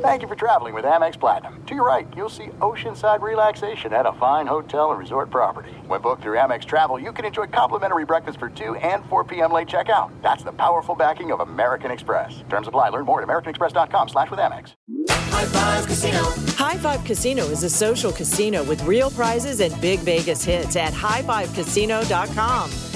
Thank you for traveling with Amex Platinum. To your right, you'll see oceanside relaxation at a fine hotel and resort property. When booked through Amex Travel, you can enjoy complimentary breakfast for 2 and 4 p.m. late checkout. That's the powerful backing of American Express. Terms apply. Learn more at americanexpress.com slash with Amex. High Five Casino. High Five Casino is a social casino with real prizes and big Vegas hits at highfivecasino.com.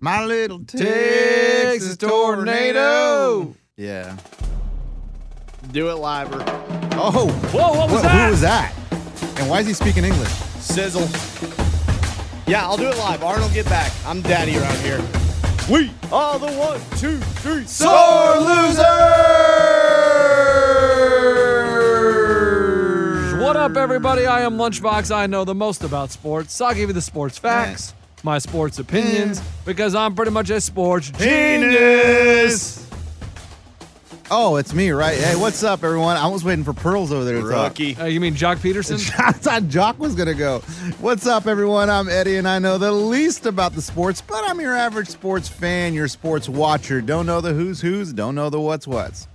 My little Texas tornado. Yeah. Do it liver. Oh. Whoa, what was wh- that? Who was that? And why is he speaking English? Sizzle. Yeah, I'll do it live. Arnold, get back. I'm daddy around here. We are the one, two, three, Sore loser. What up, everybody? I am Lunchbox. I know the most about sports. So I'll give you the sports facts, my sports opinions, because I'm pretty much a sports Genius. Oh, it's me, right? Hey, what's up, everyone? I was waiting for Pearls over there to talk. Rookie. Uh, you mean Jock Peterson? I thought Jock was going to go. What's up, everyone? I'm Eddie, and I know the least about the sports, but I'm your average sports fan, your sports watcher. Don't know the who's who's, don't know the what's what's.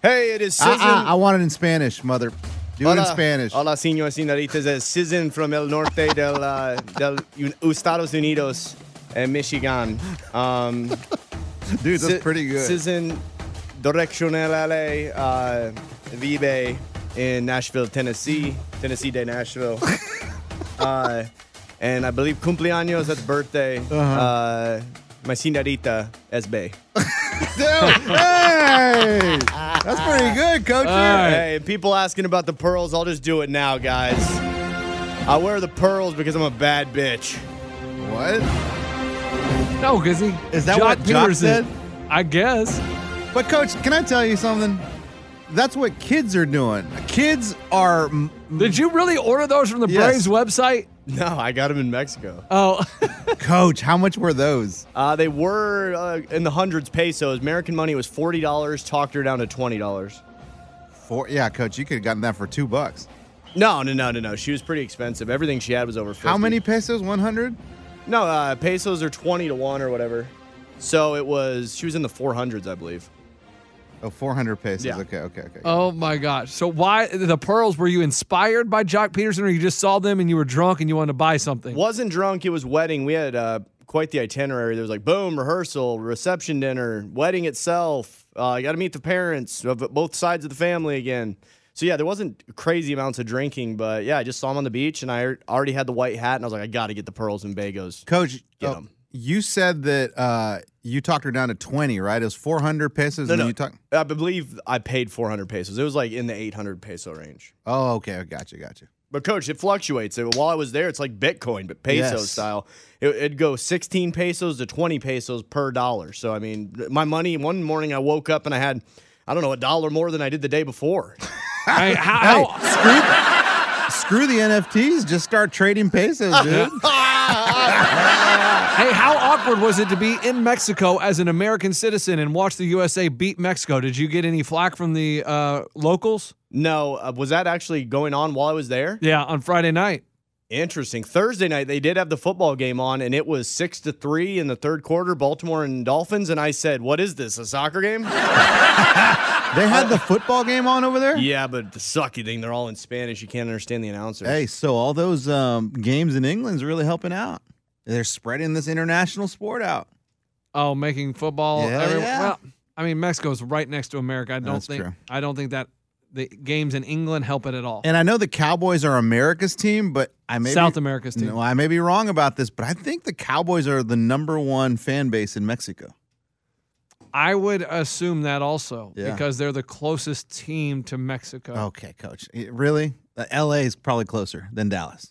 Hey, it is I, Sizzle. Ah, I, I want it in Spanish, mother. Do it in Hola. Spanish. Hola, señor, señoritas. Es Sizzle from el norte del, uh, del Un- Estados Unidos, eh, Michigan. Um, Dude, that's Si- pretty good. Season directionale uh, vive in Nashville, Tennessee, Tennessee de Nashville. uh, and I believe cumpleaños at birthday. uh my señorita es bay. hey, that's pretty good, coach. Hey, people asking about the pearls. I'll just do it now, guys. I wear the pearls because I'm a bad bitch. What? no, because he Is that Jock what Jock Peterson. said? I guess. But coach, can I tell you something? That's what kids are doing. Kids are. m- Did you really order those from the Braves Yes. website? No, I got them in Mexico. Oh, coach, how much were those? Uh, they were uh, in the hundreds pesos. American money was forty dollars. Talked her down to twenty dollars. Four. Yeah, coach, you could have gotten that for two bucks. No, no, no, no, no. She was pretty expensive. Everything she had was over 50. How many pesos? One hundred. No, uh, pesos are 20 to 1 or whatever. So it was, she was in the 400s, I believe. Oh, 400 pesos. Yeah. Uh, Okay, okay, okay. oh my gosh! So why the pearls? Were you inspired by Jock Peterson, or you just saw them and you were drunk and you wanted to buy something? Wasn't drunk. It was wedding. We had uh, quite the itinerary. There was like, boom, rehearsal, reception dinner, wedding itself. Uh, you got to meet the parents of both sides of the family again. So yeah, there wasn't crazy amounts of drinking, but yeah, I just saw him on the beach and I already had the white hat and I was like, I got to get the pearls and bagos. Coach, Get oh, 'em. you said that uh, you talked her down to 20, right? It was 400 pesos. No, and no. You talk- I believe I paid 400 pesos. It was like in the 800 peso range. oh, okay. I Gotcha, gotcha. But coach, it fluctuates. And While I was there, it's like Bitcoin, but peso Yes. style. It, it'd go 16 pesos to 20 pesos per dollar. So I mean, my money. One morning I woke up and I had, I don't know, a dollar more than I did the day before. Hey, how- Hey, how- screw, screw the NFTs. Just start trading pesos, Uh-huh. dude. Hey, how awkward was it to be in Mexico as an American citizen and watch the USA beat Mexico? Did you get any flack from the uh, locals? no, uh, was that actually going on while I was there? Yeah, on Friday night. Interesting. Thursday night they did have the football game on, and it was six to three in the third quarter, Baltimore and Dolphins. And I said, "What is this? A soccer game?" They had the football game on over there? yeah, but the sucky thing—they're all in Spanish. You can't understand the announcers. Hey, so all those um, games in England's really helping out. They're spreading this international sport out. Oh, making football. Yeah, yeah. Well, I mean, Mexico's right next to America. I don't That's think true. I don't think that the games in England help it at all. And I know the Cowboys are America's team, but I may South be, America's team. No, I may be wrong about this, but I think the Cowboys are the number one fan base in Mexico. I would assume that also Yeah. Oh. because they're the closest team to Mexico. Okay, coach. It- really? Uh, LA is probably closer than Dallas.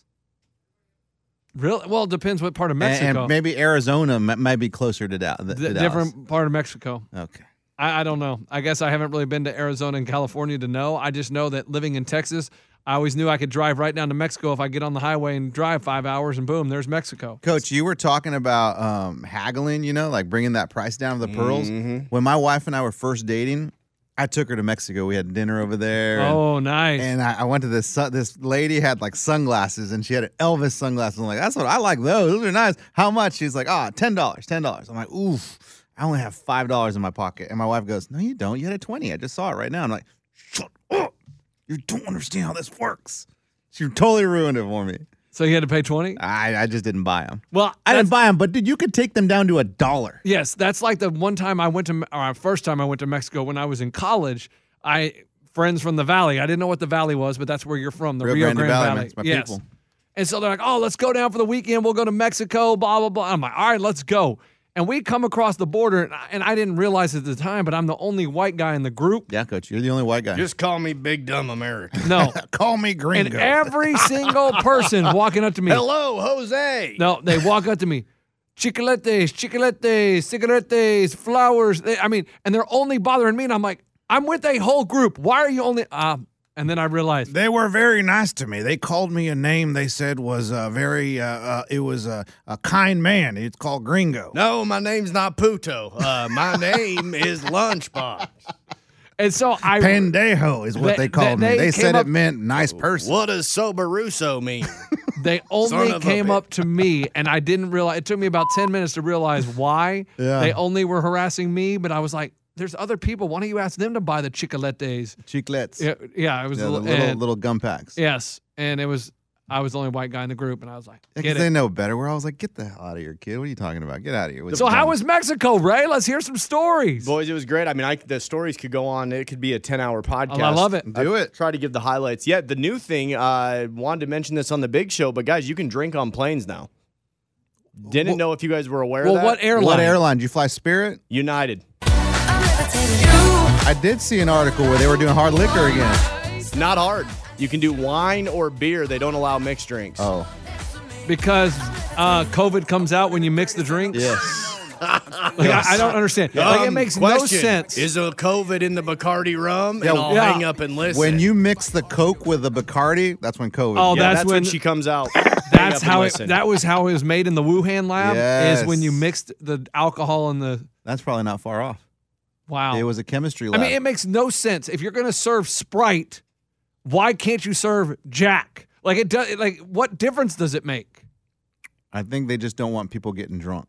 Really? Well, it depends what part of A- Mexico. And, maybe Arizona m- might be closer to, Dal- th- The to Dallas. different part of Mexico. Okay. I, I don't know. I guess I haven't really been to Arizona and California to know. I just know that living in Texas, I always knew I could drive right down to Mexico if I get on the highway and drive five hours, and boom, there's Mexico. Coach, you were talking about um, haggling, you know, like bringing that price down of the pearls. Mm-hmm. When my wife and I were first dating, I took her to Mexico. We had dinner over there. and- Oh, nice. And I, I went to this su- this lady had like sunglasses and she had an Elvis sunglasses. I'm like, that's what I like those. Those are nice. How much? She's like, ah, ten dollars, ten dollars. I'm like, oof, I only have five dollars in my pocket. And my wife goes, no, you don't. You had a twenty. I just saw it right now. I'm like, shut up. You don't understand how this works. She totally ruined it for me. so you had to pay 20? I, I just didn't buy them. Well, I didn't buy them, but dude, you could take them down to a dollar. Yes, that's like the one time I went to, or first time I went to Mexico when I was in college. I friends from the valley. I didn't know what the valley was, but that's where you're from, the Rio, Rio Grande Valley, man. It's my yes. people. And so they're like, "Oh, let's go down for the weekend. We'll go to Mexico." Blah blah blah. I'm like, "All right, let's go." And we come across the border, and I, and I didn't realize at the time, but I'm the only white guy in the group. Yeah, coach, you're the only white guy. Just call me Big Dumb America. No, call me and gringo. every single person walking up to me, Hello, Jose. No, they walk up to me. Chicletes, chicletes, cigarettes, flowers. They, I mean, and they're only bothering me. And I'm like, I'm with a whole group. Why are you only? Uh, and then I realized They were very nice to me. They called me a name they said was uh, very, uh, uh, it was a, a kind man. It's called Gringo. No, Oh, my name's not Puto. Uh, my name is Lunchbox. and so I. Pendejo is what They- they, called they- they me. They said came up- it meant nice Oh, person. What does Soberuso mean? they Son only of a came bitch. up to me, and I didn't realize. It took me about ten minutes to realize why Yeah. they only were harassing me. But I was like, "There's other people. Why don't you ask them to buy the chicletes?" Chiclets. Yeah, yeah. It was Yeah, a the little, little, and- little gum packs. Yes, and it was. I was the only white guy in the group, and I was like, Because "Get it." they know better. Where I was like, get the hell out of here, kid. What are you talking about? Get out of here. with So your how gum." was Mexico, Ray? Let's hear some stories. Boys, it was great. I mean, I, the stories could go on. It could be a 10 hour podcast. Oh, I love it. Do it. Try to give the highlights. Yeah, the new thing, uh, I wanted to mention this on the big show, but guys, you can drink on planes now. Didn't know if you guys were aware Well, of that. what airline? What airline? Did you fly Spirit? United. I did see an article where they were doing hard liquor again. It's not hard. You can do wine or beer. They don't allow mixed drinks. Oh, Because uh, COVID comes out when you mix the drinks. yes. Like, I, I don't understand. like, it Um, makes no question. sense. Is there COVID in the Bacardi rum? Yeah, and I'll yeah. hang up and listen. When you mix the Coke with the Bacardi, that's when COVID. Oh, yeah, that's that's, when, when- she comes out. Hang up That's and how it, listen. that was how it was made in the Wuhan lab. Is Yes. when you mixed the alcohol and the that's probably not far off. wow. It was a chemistry I lab. mean, it makes no sense. If you're gonna serve Sprite, why can't you serve Jack? Like it does. Like what difference does it make? I think they just don't want people getting drunk.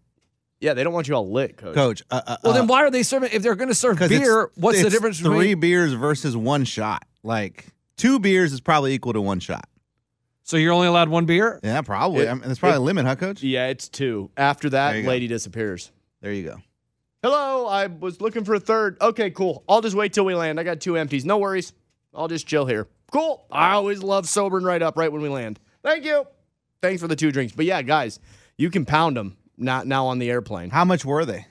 yeah, they don't want you all lit, coach. Coach, uh, uh, Well, uh, then why are they serving? If they're gonna serve 'cause it's- beer, what's the it's difference Three between? beers versus one shot. Like two beers is probably equal to one shot. So you're only allowed one beer. Yeah, probably. It- I mean, that's probably a limit, huh, Coach? Yeah, it's two. After There you that, go. lady disappears. There you go. Hello, I was looking for a third. Okay, cool. I'll just wait till we land. I got two empties. No worries. I'll just chill here. Cool. I always love sobering right up right when we land. Thank you. Thanks for the two drinks. But yeah, guys, you can pound them not now on the airplane. How much were they?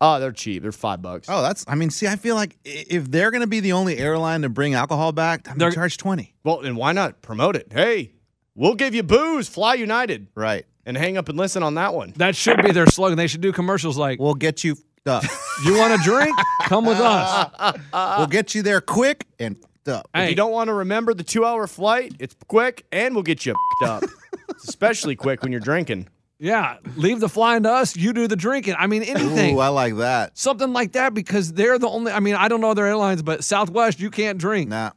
Oh, they're cheap. They're five bucks. Oh, that's. I mean, see, I feel like i- if they're going to be the only airline to bring alcohol back, I'm They're- going to charge twenty. Well, and why not promote it? Hey, we'll give you booze. Fly United Right. and hang up and listen on that one. That should be their slogan. They should do commercials like, We'll get you f***ed up. "You want a drink? Come with us." we'll get you there quick and f***ed up. If Hey. you don't want to remember the two-hour flight, it's quick and we'll get you up. It's especially quick when you're drinking. Yeah, leave the flying to us. You do the drinking. I mean, anything, Ooh, I like that. something like that, because they're the only. I mean, I don't know other airlines, but Southwest, you can't drink. Nah.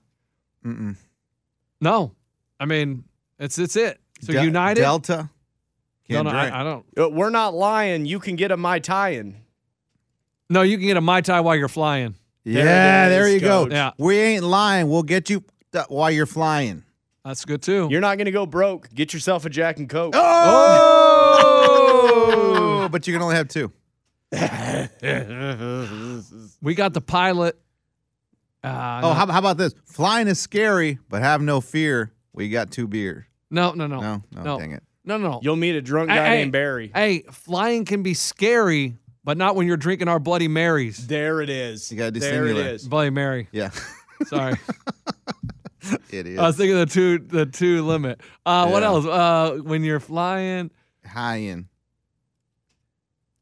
No, I mean, it's it's it. So Del- United, Delta. no, Can't no, drink. I, I don't. Uh, We're not lying. You can get a Mai Tai in. No, you can get a mai tai while you're it flying. yeah, there is, you go. Coach. Yeah. We ain't lying. We'll get you f***ed up while you're flying. That's good too. You're not going to go broke. Get yourself a Jack and Coke. Oh! but you can only have two. we got the pilot Uh, Oh, how, how about this? Flying is scary, but have no fear. We got two beers. no, no, no, No, no, dang it. no, no, no. You'll meet a drunk guy named Barry. Hey, flying can be scary, but not when you're drinking our Bloody Marys. There it is. You gotta do there it singular. is. Bloody Mary. Yeah, Sorry, it is I was thinking the two the two limit. Uh, What Yeah. else? Uh, when you're flying, high end.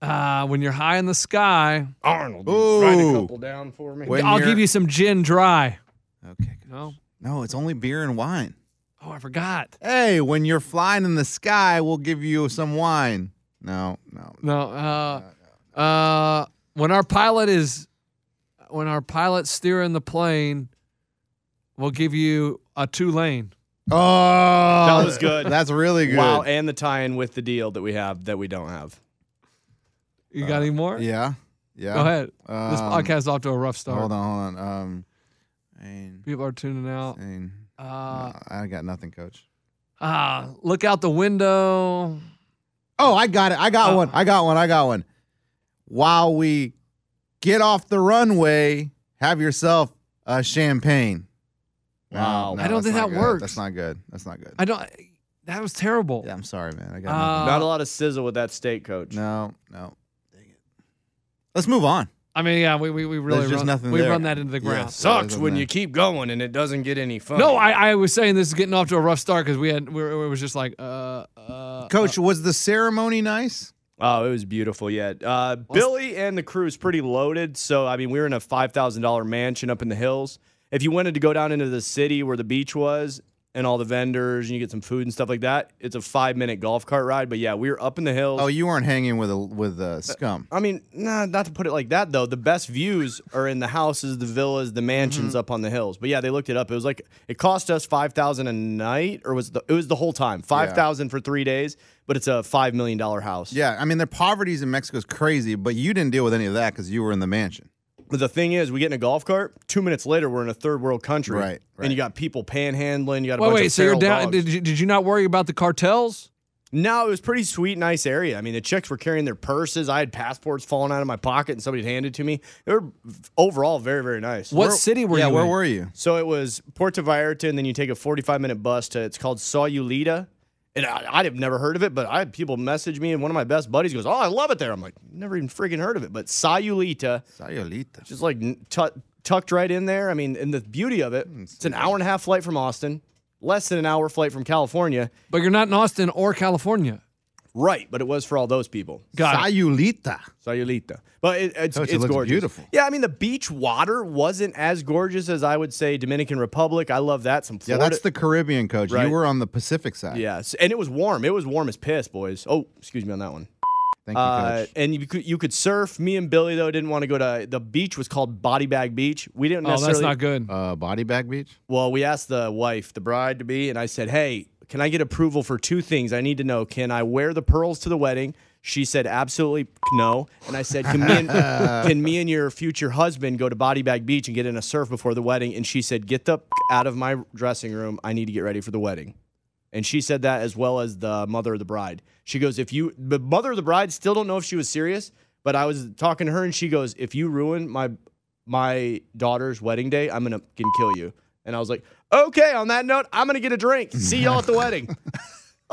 uh, when you're high in the sky, Arnold, Ooh. write a couple down for me. When I'll you're- give you some gin dry. Okay. good. No. No, it's only beer and wine. Oh, I forgot. Hey, when you're flying in the sky, we'll give you some wine. No, no. No. Uh, uh, when our pilot is, when our pilot's steering the plane, we'll give you a two lane. Oh, That was good. That's really good. eh. Wow, and the tie-in with the deal that we have that we don't have. You got any more? Uh, Yeah, yeah. Go ahead. this Um, podcast is off to a rough start. Hold on, hold on. Um, I mean, People are tuning out. I mean, Oh. Uh, I got nothing, Coach. ah, look out the window. Oh, I got it. I got Uh, one. I got one. I got one. While we get off the runway, have yourself a champagne. No, Wow. no, I don't that's think not that good. works. That's not good. That's not good. I don't. That was terrible. yeah, I'm sorry, man. I got nothing. Uh, Not a lot of sizzle with that steak, coach. No, no. Dang it. Let's move on. I mean, yeah, we we, we really There's just run, nothing we there. run that into the ground. Yes. Sucks when you keep going and it doesn't get any fun. No, I, I was saying this is getting off to a rough start because we had we were, it was just like uh uh Coach, was the ceremony nice? Oh, it was beautiful. Yeah, uh, Billy and the crew is pretty loaded. So I mean, we were in a five thousand dollar mansion up in the hills. If you wanted to go down into the city where the beach was and all the vendors and you get some food and stuff like that, it's a five minute golf cart ride. But yeah, we were up in the hills. Oh, you weren't hanging with a with a scum. I mean, nah, not to put it like that though. The best views are in the houses, the villas, the mansions up on the hills. But yeah, they looked it up. It was like it cost us five thousand a night, or was the, it was the whole time five thousand for three days. But it's a five million dollar house. Yeah, I mean their poverty's in Mexico is crazy, but you didn't deal with any of that because you were in the mansion. But the thing is, we get in a golf cart. Two minutes later, we're in a third world country. Right, right. And you got people panhandling. You got a wait bunch wait of so you're feral down dogs. did you, did you not worry about the cartels? No, it was pretty sweet, nice area. I mean, the chicks were carrying their purses. I had passports falling out of my pocket, and somebody had handed to me. They were overall very, very nice. What We're- city were yeah, you? where in? were you? So it was Puerto Vallarta, and then you take a 45 minute bus to it's called Sayulita. And I, I'd have never heard of it, but I had people message me, and one of my best buddies goes, "Oh, I love it there." I'm like, "Never even freaking heard of it." But Sayulita, Sayulita. just like n- tu tucked right in there. I mean, and the beauty of it, Hmm, it's an hour and a half flight from Austin, less than an hour flight from California. But you're not in Austin or California. Right, but it was for all those people. Got it. Sayulita. Sayulita. But it, it's, Coach, it it's looks gorgeous. beautiful. Yeah, I mean, the beach water wasn't as gorgeous as I would say Dominican Republic. I love that. Some Yeah, Florida. that's the Caribbean coach. Right. You were on the Pacific side. Yes, and it was warm. It was warm as piss, boys. Oh, excuse me on that one. Thank you, Uh, coach. and you could you could surf. Me and Billy though didn't want to go to the beach. Was called Body Bag Beach. We didn't. Oh, that's necessarily- not good. Uh, body bag beach. Well, we asked the wife, the bride to be, and I said, "Hey, can I get approval for two things? I need to know. Can I wear the pearls to the wedding?" She said, "Absolutely no." And I said, "Can me and, can me and your future husband go to Body Bag Beach and get in a surf before the wedding?" And she said, "Get the out of my dressing room. I need to get ready for the wedding." And she said that as well as the mother of the bride. She goes, if you, the mother of the bride still don't know if she was serious, but I was talking to her and she goes, if you ruin my, my daughter's wedding day, I'm going to kill you. And I was like, okay, on that note, I'm going to get a drink. See y'all at the wedding.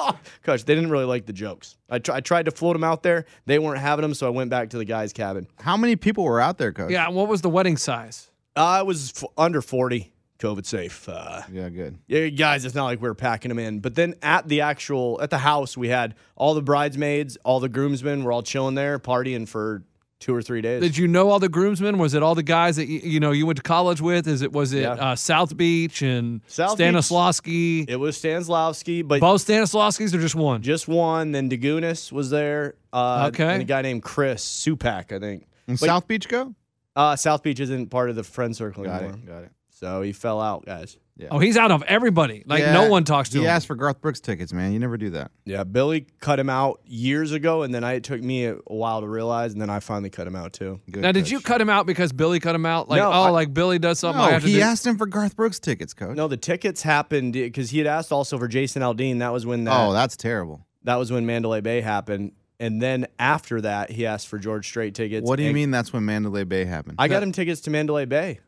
Oh, gosh, they didn't really like the jokes. I, tr- I tried to float them out there. They weren't having them. So I went back to the guy's cabin. How many people were out there, coach? Yeah, what was the wedding size? I was f- under 40, COVID safe. Uh, Yeah, good. Yeah, guys, it's not like we were packing them in. But then at the actual at the house, we had all the bridesmaids, all the groomsmen were all chilling there, partying for two or three days. Did you know all the groomsmen? Was it all the guys that you, you know you went to college with? Is it was it Yeah. uh, South Beach and South Beach- Stanislavski? it was Stanislavski, but Both Stanislavskis or just one? just one. Then Dagunis was there. Uh, Okay. and a guy named Chris Supak, I think. And But- South Beach go? Uh, South Beach isn't part of the friend circle Got anymore, it. Got it. so he fell out, guys. oh, he's out of everybody. Like Yeah, no one talks to He him. asked for Garth Brooks tickets, man. You never do that. Yeah, Billy cut him out years ago, and then I, it took me a while to realize, and then I finally cut him out too. Good now, did coach. you cut him out because Billy cut him out? Like No, oh, I- like Billy does something. I No, have to he do. asked him for Garth Brooks tickets, coach. No, the tickets happened because he had asked also for Jason Aldean. That was when that Oh, that's terrible. that was when Mandalay Bay happened. And then after that, he asked for George Strait tickets. what do you And mean that's when Mandalay Bay happened? I got him tickets to Mandalay Bay.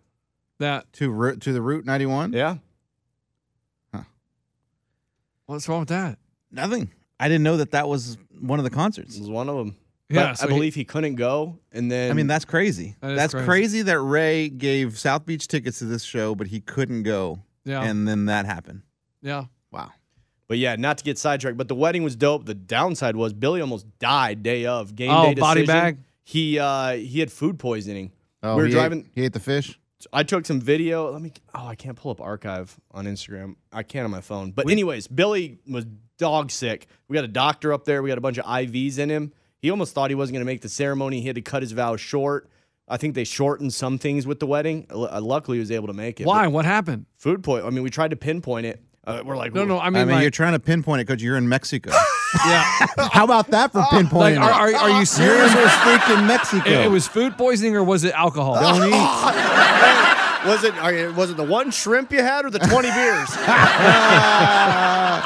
that. to root to the route 91. Yeah. What's wrong with that? Nothing. I didn't know that that was one of the concerts. This is one of them. Yeah, but so I he- believe he, couldn't go, and then I mean, that's crazy. That is that's crazy. crazy. that Ray gave South Beach tickets to this show, but he couldn't go. Yeah. And then that happened. Yeah. Wow. But yeah, not to get sidetracked, but the wedding was dope. The downside was Billy almost died day of game Oh, day body decision. bag? He uh, he had food poisoning. we were driving. Oh, he ate the fish. I took some video. Let me. Oh, I can't pull up archive on Instagram. I can on my phone. But anyways, Billy was dog sick. We got a doctor up there. We got a bunch of IVs in him. He almost thought he wasn't going to make the ceremony. He had to cut his vows short. I think they shortened some things with the wedding. L- uh, luckily, he was able to make it. Why? But What happened? food point? I mean, we tried to pinpoint it. Uh, we're like, No, no. I I mean, mean, like, you're trying to pinpoint it because you're in Mexico. yeah. How about that for like, pinpointing? are, are, are you it? You're in serious? freaking Mexico. It, it was food poisoning or was it alcohol? Don't eat. Was it are you- was it the one shrimp you had or the twenty beers?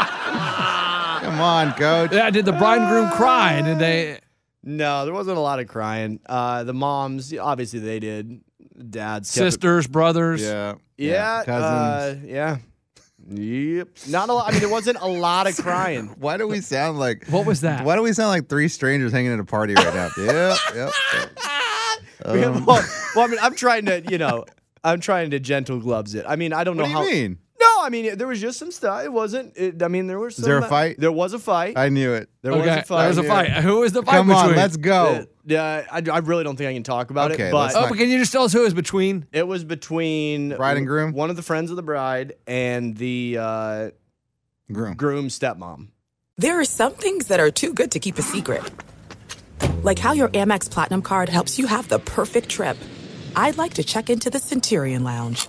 Come on, coach. Yeah, did the bride and groom cry? And did they? no, there wasn't a lot of crying. Uh, the moms, obviously, they did. Dads, kept it- Sisters, brothers. Yeah. yeah, Cousins. uh, yeah, yep. Not a lot. I mean, there wasn't a lot of crying. why do we sound like What was that? Why do we sound like three strangers hanging at a party right now? yep, yep, yep. We had- Um, well, well, I mean, I'm trying to, you know, I'm trying to gentle gloves it. I mean, I don't What do know you how. mean? No, I mean, there was just some stuff. It wasn't. It, I mean, there was. Some there a ma- fight? There was a fight. I knew it. there was Okay, a fight. there was a fight. Who was the fight Come between? on, let's go. Yeah, I, I really don't think I can talk about Oh. Okay, it. But let's Oh, but can you just tell us who it was between? It was between Bride and groom? one of the friends of the bride, and the uh, Groom. groom's stepmom. There are some things that are too good to keep a secret. Like how your Amex Platinum card helps you have the perfect trip. I'd like to check into the Centurion Lounge.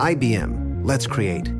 IBM. Let's create.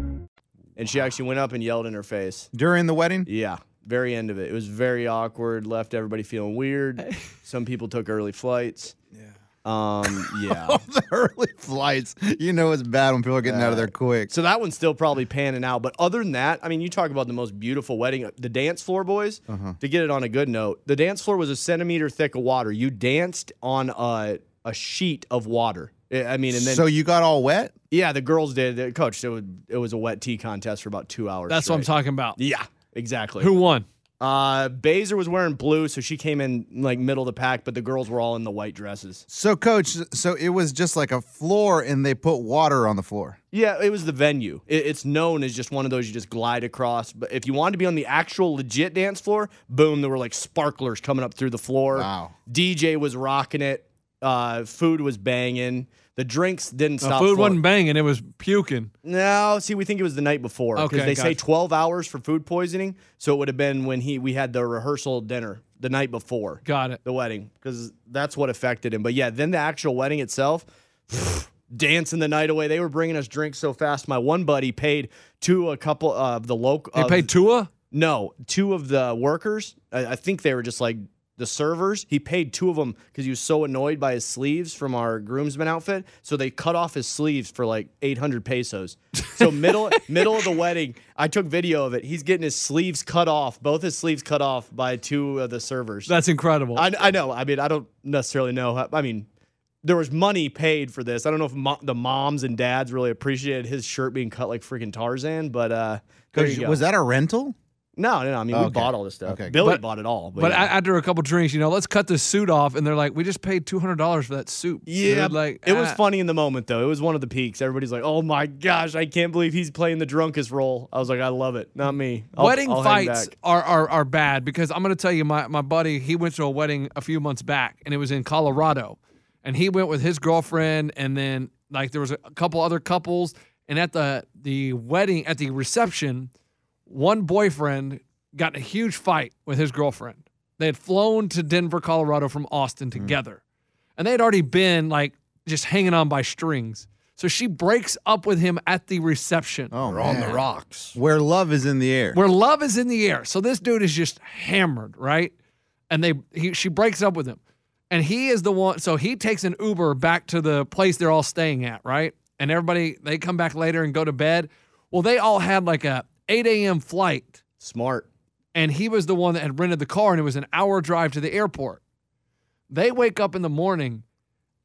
And she actually went up and yelled in her face. During the wedding? Yeah, very end of it. It was very awkward. Left everybody feeling weird. Some people took early flights. Yeah. Um. Yeah. The early flights. You know it's bad when people are getting out of there quick. So that one's still probably panning out. But other than that, I mean, you talk about the most beautiful wedding. uh, The dance floor, boys, to get it on a good note, the dance floor was a centimeter thick of water. You danced on a, a sheet of water. I I mean, and then, so you got all wet? yeah, the girls did. The coach, it was, it was a wet tea contest for about two hours. That's what I'm straight. talking about. Yeah, exactly. Who won? Uh, Baser was wearing blue, so she came in like middle of the pack, but the girls were all in the white dresses. So coach, so it was just like a floor and they put water on the floor. Yeah, it was the venue. It, it's known as just one of those you just glide across. But if you wanted to be on the actual legit dance floor, boom, there were like sparklers coming up through the floor. Wow. DJ was rocking it. Uh, food was banging. The drinks didn't The stop. food flowing. wasn't banging. It was puking. No, see, we think it was the night before because Okay, they say gotcha. 12 hours for food poisoning. So it would have been when he we had the rehearsal dinner the night before Got it. the wedding because that's what affected him. But yeah, then the actual wedding itself, dancing the night away. They were bringing us drinks so fast. My one buddy paid to a couple of the local. They paid Tua? no two of the workers. I, I think they were just like the servers. He paid two of them because he was so annoyed by his sleeves from our groomsmen outfit. So they cut off his sleeves for like 800 pesos. So middle middle of the wedding, I took video of it. He's getting his sleeves cut off, both his sleeves cut off by two of the servers. That's incredible. I, I know. I mean, I don't necessarily know. How, I mean, there was money paid for this. I don't know if mo- the moms and dads really appreciated his shirt being cut like freaking Tarzan, but uh, there you go. Was that a rental? no, no, no. I mean, we Okay. bought all this stuff. Okay. Billy But- bought it all. But, but yeah. a- after a couple drinks, you know, let's cut this suit off, and they're like, "We just paid two hundred dollars for that suit." Yeah, dude." like it was ah. funny in the moment though. It was one of the peaks. Everybody's like, "Oh my gosh, I can't believe he's playing the drunkest role." I was like, "I love it." Not me. I'll- wedding I'll hang fights back. are, are are bad because I'm going to tell you my my buddy he went to a wedding a few months back and it was in Colorado, and he went with his girlfriend and then like there was a couple other couples and at the the wedding at the reception, one boyfriend got in a huge fight with his girlfriend. They had flown to Denver, Colorado from Mm. Austin together and they had already been like just hanging on by strings. So she breaks up with him at the reception Oh, We're on the man. rocks. Where love is in the air. where love is in the air. So this dude is just hammered, right? And they he, she breaks up with him. And he is the one so he takes an Uber back to the place they're all staying at, right? And everybody they come back later and go to bed. Well, they all had like a 8 a.m. flight Smart. and he was the one that had rented the car and it was an hour drive to the airport. They wake up in the morning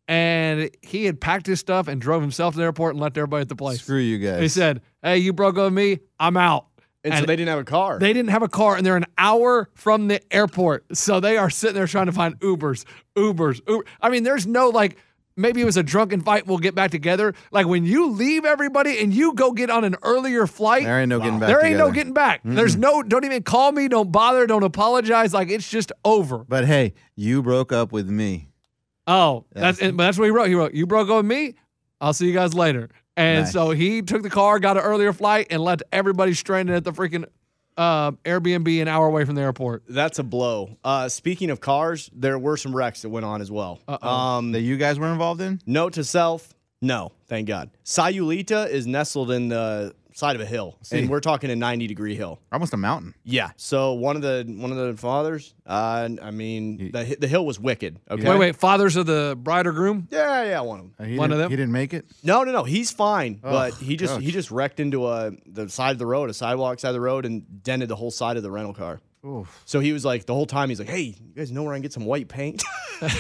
and he had packed his stuff and drove himself to the airport and left everybody at the place. Screw you guys. He said, Hey, you broke up with me, I'm out. And, so And- they didn't have a car. they didn't have a car, and they're an hour from the airport, so they are sitting there trying to find Ubers, Ubers. Uber. I mean, there's no like. Maybe it was a drunken fight. We'll get back together. Like when you leave everybody and you go get on an earlier flight, There ain't no getting back there ain't no together. getting back. There's no. Don't even call me. Don't bother. Don't apologize. Like it's just over. but hey, you broke up with me. Oh, that's and, but that's what he wrote. He wrote, "You broke up with me. I'll see you guys later." And Nice. so he took the car, got an earlier flight, and left everybody stranded at the freaking uh, Airbnb an hour away from the airport. That's a blow. Uh, speaking of cars, there were some wrecks that went on as well. Um, That you guys were involved in? Note to self, no, thank God. Sayulita is nestled in the side of a hill, and we're talking a 90 degree hill. Almost a mountain. Yeah. So one of the one of the fathers, uh, I mean, the hi- the hill was wicked. Okay. Wait, wait. Fathers of the bride or groom? Yeah, yeah, one of them. Uh, he One of didn't- them? He didn't make it. No, no, no. He's fine, but he just he gosh. just wrecked into a the side of the road, a sidewalk side of the road, and dented the whole side of the rental car. So he was like the whole time he's like, "Hey, you guys know where I can get some white paint?" but he,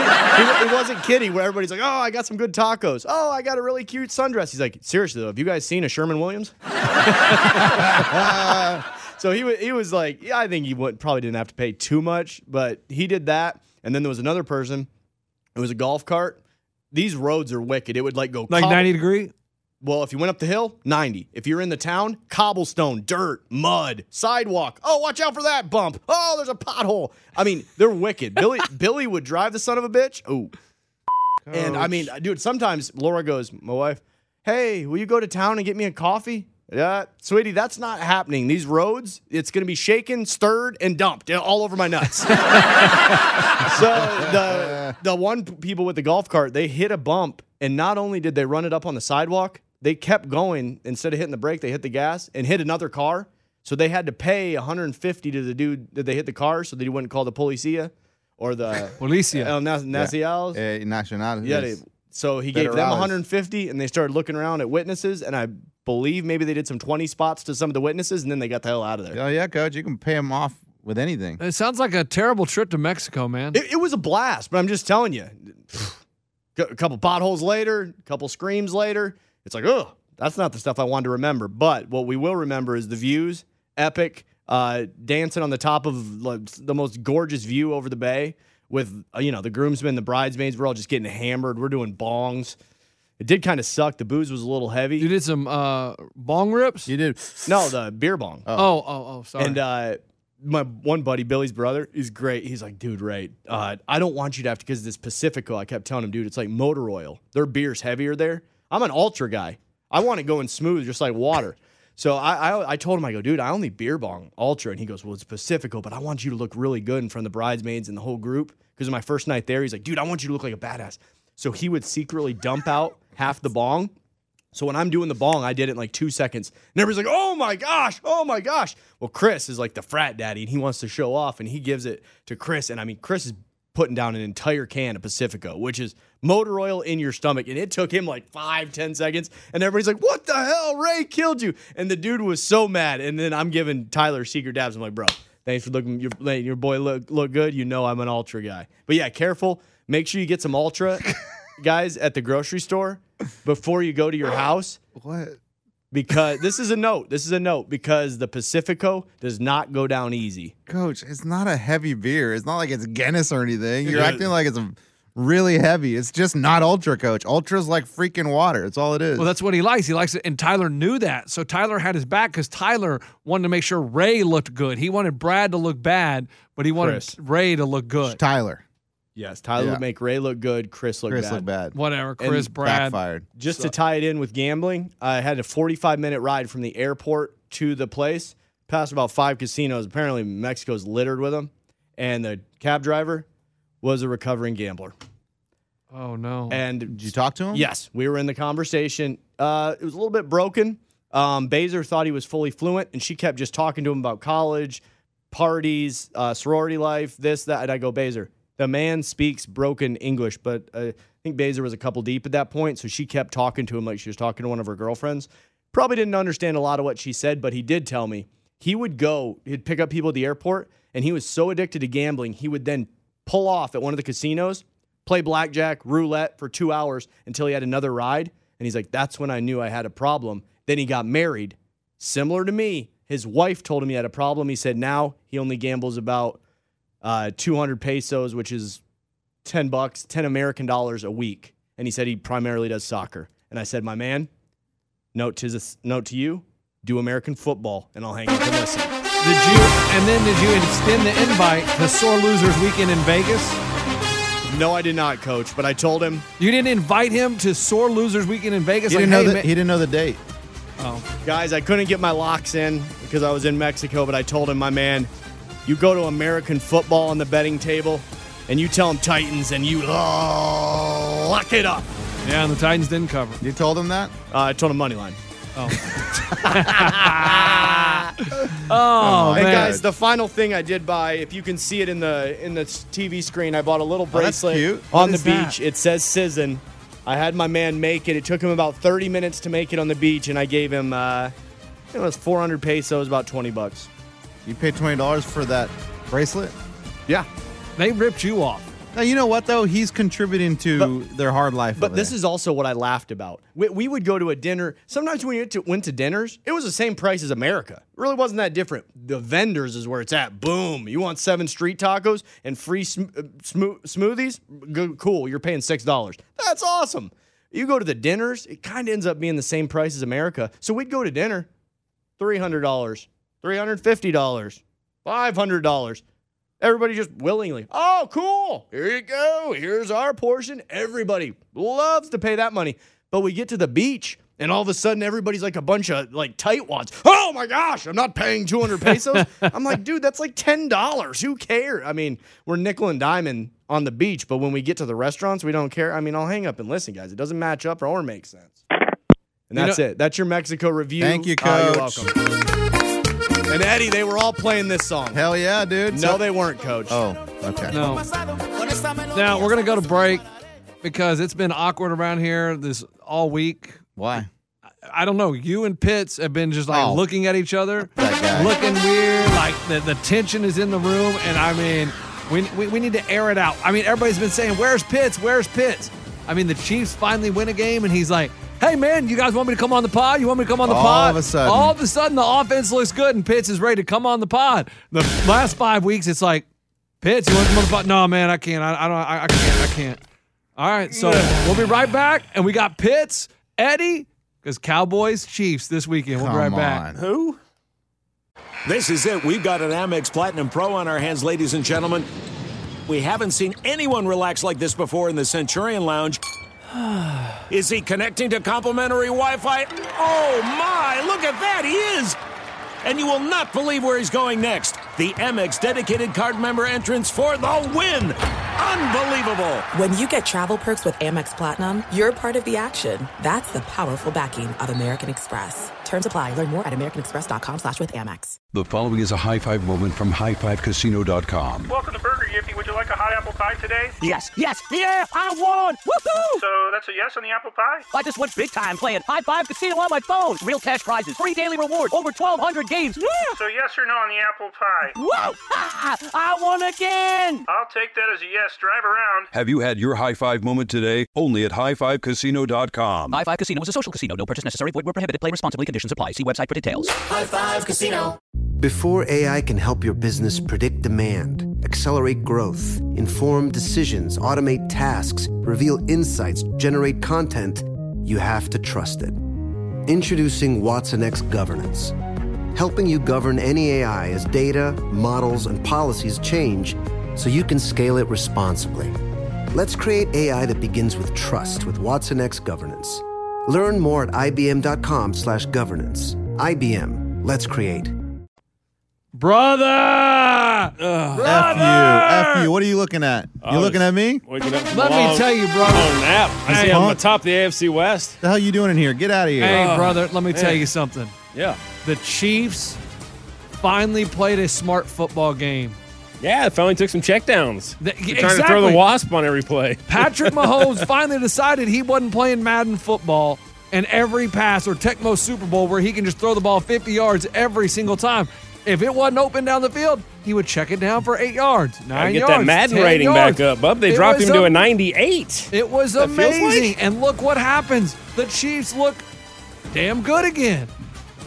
he, he, he wasn't kidding. Where everybody's like, "Oh, I got some good tacos. Oh, I got a really cute sundress." He's like, "Seriously though, have you guys seen a Sherman Williams?" so he wa- he was like, "Yeah, I think he would, probably didn't have to pay too much, but he did that." And then there was another person. It was a golf cart. These roads are wicked. It would like go Like cobble- 90 degree? well, if you went up the hill, 90. If you're in the town, cobblestone, dirt, mud, sidewalk. Oh, watch out for that bump. Oh, there's a pothole. I mean, they're wicked. Billy Billy would drive the son of a bitch. Ooh. And I mean, dude, sometimes Laura goes, my wife, hey, will you go to town and get me a coffee? Yeah, sweetie, that's not happening. These roads, it's going to be shaken, stirred, and dumped all over my nuts. So the the one p- people with the golf cart, they hit a bump, and not only did they run it up on the sidewalk, they kept going. Instead of hitting the brake, they hit the gas and hit another car. So they had to pay 150 to the dude that they hit the car, so that he wouldn't call the policia or the Policia. El Nas- Nacials. Yeah, Uh, nacional. they- yes. so he gave them Federales. 150, and they started looking around at witnesses, and I believe maybe they did some 20 spots to some of the witnesses, and then they got the hell out of there. Oh yeah, coach. You can pay him off with anything. It sounds like a terrible trip to Mexico, man. It, it was a blast, but I'm just telling you. A couple potholes later, a couple screams later, it's like, oh, that's not the stuff I wanted to remember. But what we will remember is the views, epic, uh, dancing on the top of like, the most gorgeous view over the bay with, uh, you know, the groomsmen, the bridesmaids. We're all just getting hammered. We're doing bongs. It did kind of suck. The booze was a little heavy. you did some uh, bong rips? You did. no, the beer bong. oh, oh, oh, sorry. And uh, my one buddy, Billy's brother, is great. He's like, dude, right? Uh, I don't want you to have to because this Pacifico. I kept telling him, dude, it's like motor oil. Their beer's heavier there. I'm an ultra guy. I want it going smooth, just like water. So I, I I told him, I go, dude, I only beer bong ultra, and he goes, well, it's Pacifico, but I want you to look really good in front of the bridesmaids and the whole group. Because my first night there, he's like, dude, I want you to look like a badass. So he would secretly dump out half the bong So when I'm doing the bong, I did it in like two seconds. And everybody's like, oh my gosh, oh my gosh. Well, Chris is like the frat daddy and he wants to show off and he gives it to Chris. And I mean, Chris is putting down an entire can of Pacifico, which is motor oil in your stomach. And it took him like five, ten seconds. And everybody's like, what the hell? Ray killed you. And the dude was so mad. And then I'm giving Tyler secret dabs. I'm like, bro, thanks for looking, your, letting your boy look, look good. You know I'm an Ultra guy. But yeah, careful. Make sure you get some Ultra. Guys at the grocery store before you go to your house What? because this is a note. This is a note because the Pacifico does not go down easy. Coach, it's not a heavy beer. It's not like it's Guinness or anything. You're acting like it's a really heavy. It's just not ultra, coach. Ultra's like freaking water. It's all it is. Well, that's what he likes. He likes it, and Tyler knew that. So Tyler had his back because Tyler wanted to make sure Ray looked good. He wanted Brad to look bad, but he wanted Chris. Ray to look good. Tyler. Yes, Tyler Yeah. would make Ray look good, Chris look Chris bad. looked bad. Whatever, Chris, And Brad. backfired. Just to tie it in with gambling, I had a 45 minute ride from the airport to the place. Passed about five casinos. Apparently, Mexico's littered with them, and the cab driver was a recovering gambler. Oh no! And Did you talk to him? Yes, we were in the conversation. Uh, it was a little bit broken. Um, Baser thought he was fully fluent, and she kept just talking to him about college, parties, uh, sorority life, this, that. And I go, Baser, the man speaks broken English, but uh, I think Baser was a couple deep at that point, so she kept talking to him like she was talking to one of her girlfriends. Probably didn't understand a lot of what she said, but he did tell me he would go, he'd pick up people at the airport, and he was so addicted to gambling, he would then pull off at one of the casinos play blackjack, roulette for two hours until he had another ride. And he's like, that's when I knew I had a problem. Then he got married. Similar to me, his wife told him he had a problem. He said now he only gambles about uh, 200 pesos, which is 10 bucks, 10 American dollars a week. And he said he primarily does soccer. And I said, my man, note to, this, note to you, do American football, and I'll hang up and listen. did you? And then did you extend the invite to sore losers weekend in Vegas? No, I did not, coach, but I told him You didn't invite him to sore losers weekend in Vegas. He Like, didn't know hey, the, man- he didn't know the date. Guys, I couldn't get my locks in because I was in Mexico, but I told him, my man, you go to American football on the betting table and you tell them Titans and you lock it up. yeah, and the Titans didn't cover. You told him that? Uh, I told him money line. Oh, Hey, And man. guys, the final thing I did buy, if you can see it in the in the TV screen, I bought a little that's bracelet cute. on What the is that? beach. It says Sizzin. I had my man make it. It took him about 30 minutes to make it on the beach, and I gave him uh, it was 400 pesos, about 20 bucks. You paid twenty dollars for that bracelet? Yeah, they ripped you off. Now you know what though? He's contributing to their hard life. But this is also what I laughed about. We, we would go to a dinner. Sometimes when we went to, went to dinners, it was the same price as America. It really wasn't that different. The vendors is where it's at. Boom. You want seven street tacos and free sm- uh, smo- smoothies? Good, cool. You're paying $6. That's awesome. You go to the dinners, it kind of ends up being the same price as America. So we'd go to dinner, $300, $350, $500. Everybody just willingly, oh, cool. Here you go. Here's our portion. Everybody loves to pay that money. But we get to the beach and all of a sudden everybody's like a bunch of like tightwads. Oh my gosh, I'm not paying 200 pesos. I'm like, dude, that's like $10. Who cares? I mean, we're nickel and diamond on the beach, but when we get to the restaurants, we don't care. I mean, I'll hang up and listen, guys. It doesn't match up or make sense. And You that's know- it. That's your Mexico review. Thank you, Uh, Coach. you're welcome. And Eddie, they were all playing this song. hell yeah, dude. No, So- they weren't, coach. Oh, okay. No. Now we're gonna go to break because it's been awkward around here this all week. Why? I don't know. You and Pitts have been just like Oh. looking at each other, That guy. looking weird. Like the, the tension is in the room, and I mean, we, we we need to air it out. I mean, everybody's been saying, "Where's Pitts? Where's Pitts?" I mean, the Chiefs finally win a game, and he's like, "Hey man, you guys want me to come on the pod? You want me to come on the All pod?" of a sudden. all of a sudden, the offense looks good, and Pitts is ready to come on the pod. The last five weeks, it's like, Pitts, you want to come on the pod? No, man, I can't. I, I don't. I, I can't. I can't. All right, so we'll be right back, and we got Pitts, Eddie, because Cowboys Chiefs this weekend. We'll Come be right on. back. Who? This is it. We've got an Amex Platinum Pro on our hands, ladies and gentlemen. We haven't seen anyone relax like this before in the Centurion Lounge. Is he connecting to complimentary Wi Fi? Oh my, look at that! He is! And you will not believe where he's going next. The Amex dedicated card member entrance for the win! Unbelievable! When you get travel perks with Amex Platinum, you're part of the action. That's the powerful backing of American Express. Terms apply. Learn more at americanexpress.com slash with Amex. The following is a high five moment from highfivecasino.com. Welcome to Burger Yippee. Would you like a hot apple pie today? Yes, yes, yeah, I won! Woohoo! So that's a yes on the apple pie? I just went big time playing High Five Casino on my phone. Real cash prizes, free daily rewards, over 1,200 games. Yeah! So yes or no on the apple pie? Whoa! Ha! I won again! I'll take that as a yes. Drive around. Have you had your high five moment today? Only at highfivecasino.com. High Five Casino is a social casino. No purchase necessary. Void where prohibited. Play responsibly. Conditions apply. See website for details. High Five Casino. Before AI can help your business predict demand, accelerate growth, inform decisions, automate tasks, reveal insights, generate content, you have to trust it. Introducing Watson X Governance, helping you govern any AI as data, models, and policies change so you can scale it responsibly. Let's create AI that begins with trust with Watson X Governance. Learn more at ibm.com slash governance. IBM, let's create. Brother! F you. F you. What are you looking at? I You looking was at me? Waking up from Let a me long- tell you, brother. Long nap. You Hey, see, I'm punk. atop the AFC West. The hell you doing in here? Get out of here. Hey, Oh, brother, let me tell man. you something. Yeah. The Chiefs finally played a smart football game. Yeah, it finally took some checkdowns. The- They're trying to throw exactly. the wasp on every play. Patrick Mahomes finally decided he wasn't playing Madden football and every pass or Tecmo Super Bowl where he can just throw the ball 50 yards every single time. If it wasn't open down the field, he would check it down for eight yards, Gotta nine get yards, that Madden 10 rating yards. back up, bub. They It dropped was him to a am- 98. It was That feels amazing, like- and look what happens. The Chiefs look damn good again.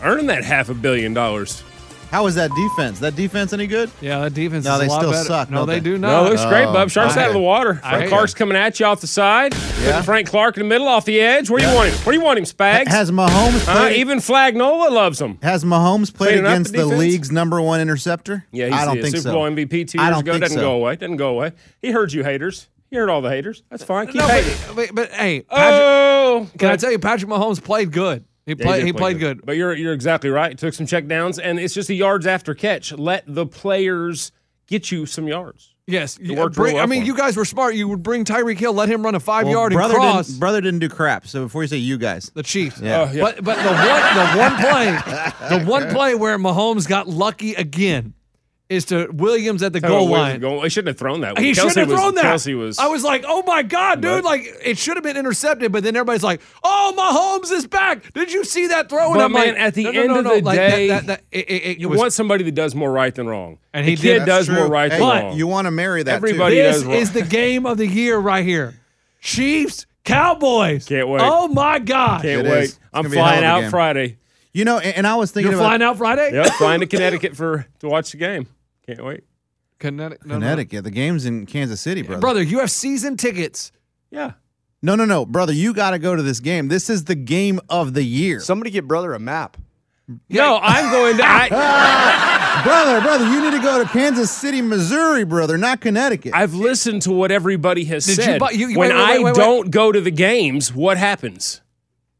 Earning that half a billion dollars. How was that defense? That defense any good? Yeah, that defense No, is they a lot still better. suck, no, don't they they? do No, not. it looks great, Oh, bub. Sharks okay. out of the water. Frank hear Clark's coming at you off the side. Putting Frank Clark in the middle, off the edge. Where do you want him? Where do you want him, Spags? Has Mahomes Huh? played, Even Flagnola loves him. has Mahomes played Uh, Cleaning up the against the, defense? league's number one interceptor? Yeah, he's I don't the think Super so. Bowl MVP two I years don't ago. think Doesn't so. go away. Doesn't go away. He heard you haters. He heard all the haters. That's fine. Keep No, hating. but, but, but, hey, Patrick, Oh, can I tell you, Patrick Mahomes played good. He Yeah, played. did he play played good. But you're you're exactly right. Took some check downs, and it's just the yards after catch. Let the players get you some yards. Yes, you- worked bring- real well I mean, for you him. guys were smart. You would bring Tyreek Hill, let him run a five Well, yard and brother, cross didn't, brother didn't do crap. So before you say you guys, the Chiefs. Yeah. Oh, yeah. But but the one the one play the one play where Mahomes got lucky again is to Williams at the Kinda goal where line. he's going. He shouldn't have thrown that. one. He Kelsey shouldn't have was, thrown that. Kelsey was. I was like, "Oh my god, dude! But- Like it should have been intercepted." But then everybody's like, "Oh, Mahomes is back! Did you see that throw?" But and I'm man, like, at the no, no, end no, of no. the like, day, that, that, that, it, it, it you was want somebody that does more right than wrong. And The he kid did. does That's more true. right Hey, than wrong. You want to marry that? too. Everybody- He This does wrong. is the game of the year right here. Chiefs, Cowboys. Can't wait. Oh my God. Can't It is. wait. It's I'm gonna be a hell flying of a out game. Friday. You know, and, and I was thinking You're about flying out Friday? Yep, flying to Connecticut for to watch the game. Can't wait. Connecticut. no, no. Connecticut. The game's in Kansas City, brother. Brother, you have season tickets. Yeah. No, no, no, brother. You got to go to this game. This is the game of the year, Somebody get brother a map. No, I'm going to. I, brother. Brother, you need to go to Kansas City, Missouri, brother, not Connecticut. I've listened to what everybody has Did you said. buy- you- you- when wait, wait, wait, wait, I wait. don't go to the games, what happens?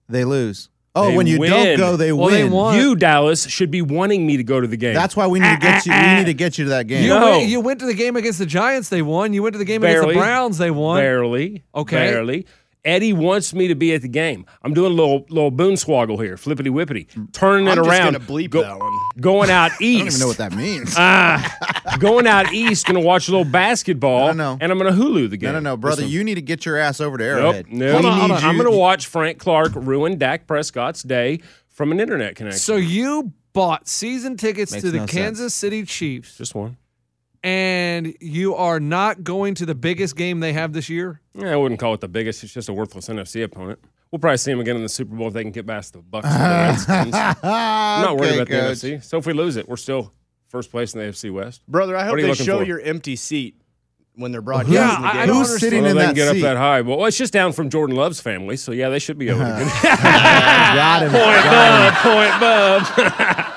they lose. Oh, They when you win. don't go, they Well, they win. won. What? You, Dallas, should be wanting me to go to the game. That's why we need to get you. We need to get you to that game. You, No. went, you went to the game against the Giants, they won. You went to the game against Barely. the Browns, they won. Barely. Okay. Barely. Eddie wants me to be at the game. I'm doing a little little boonswoggle here, flippity whippity, turning I'm it just around. gonna bleep go- that one. Going out east. Ah. I don't even know what that means. going out east, gonna watch a little basketball. No, no, no. And I'm gonna Hulu the game. no, no, no, brother. You need to get your ass over to Nope. Arrowhead. No, We hold on, hold need on. I'm you- gonna watch Frank Clark ruin Dak Prescott's day from an internet connection. So you bought season tickets Makes to the no sense. Kansas City Chiefs, just one. and you are not going to the biggest game they have this year? Yeah, I wouldn't call it the biggest. It's just a worthless NFC opponent. We'll probably see him again in the Super Bowl if they can get past the Bucks. or the Redskins. I'm Ah, not worried okay, about coach. the NFC. So if we lose it, we're still first place in the AFC West. Brother, I What hope are you they looking show for? your empty seat when they're who- broadcasting Yeah, the I- I game. don't Who's understand. sitting Well, in they can that get seat? up that high. Well, it's just down from Jordan Love's family, so yeah, they should be able to Uh-huh. get it. Got him. point bub, point bub.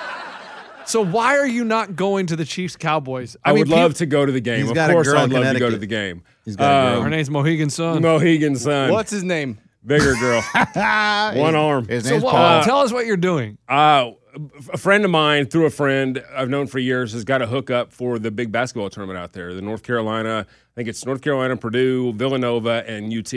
So why are you not going to the Chiefs Cowboys? I, would people- love to go to the game. He's of got a course, girl I'd in love to go to Connecticut. the game. He's Uh, got a Her girl. name's Mohegan Sun. Mohegan's son, What's his name? bigger girl, Ah, his- one arm. His so name's wha- Paul. tell us what you're doing. Uh, a friend of mine through a friend I've known for years has got a hookup for the big basketball tournament out there. The North Carolina, I think it's North Carolina, Purdue, Villanova, and UT.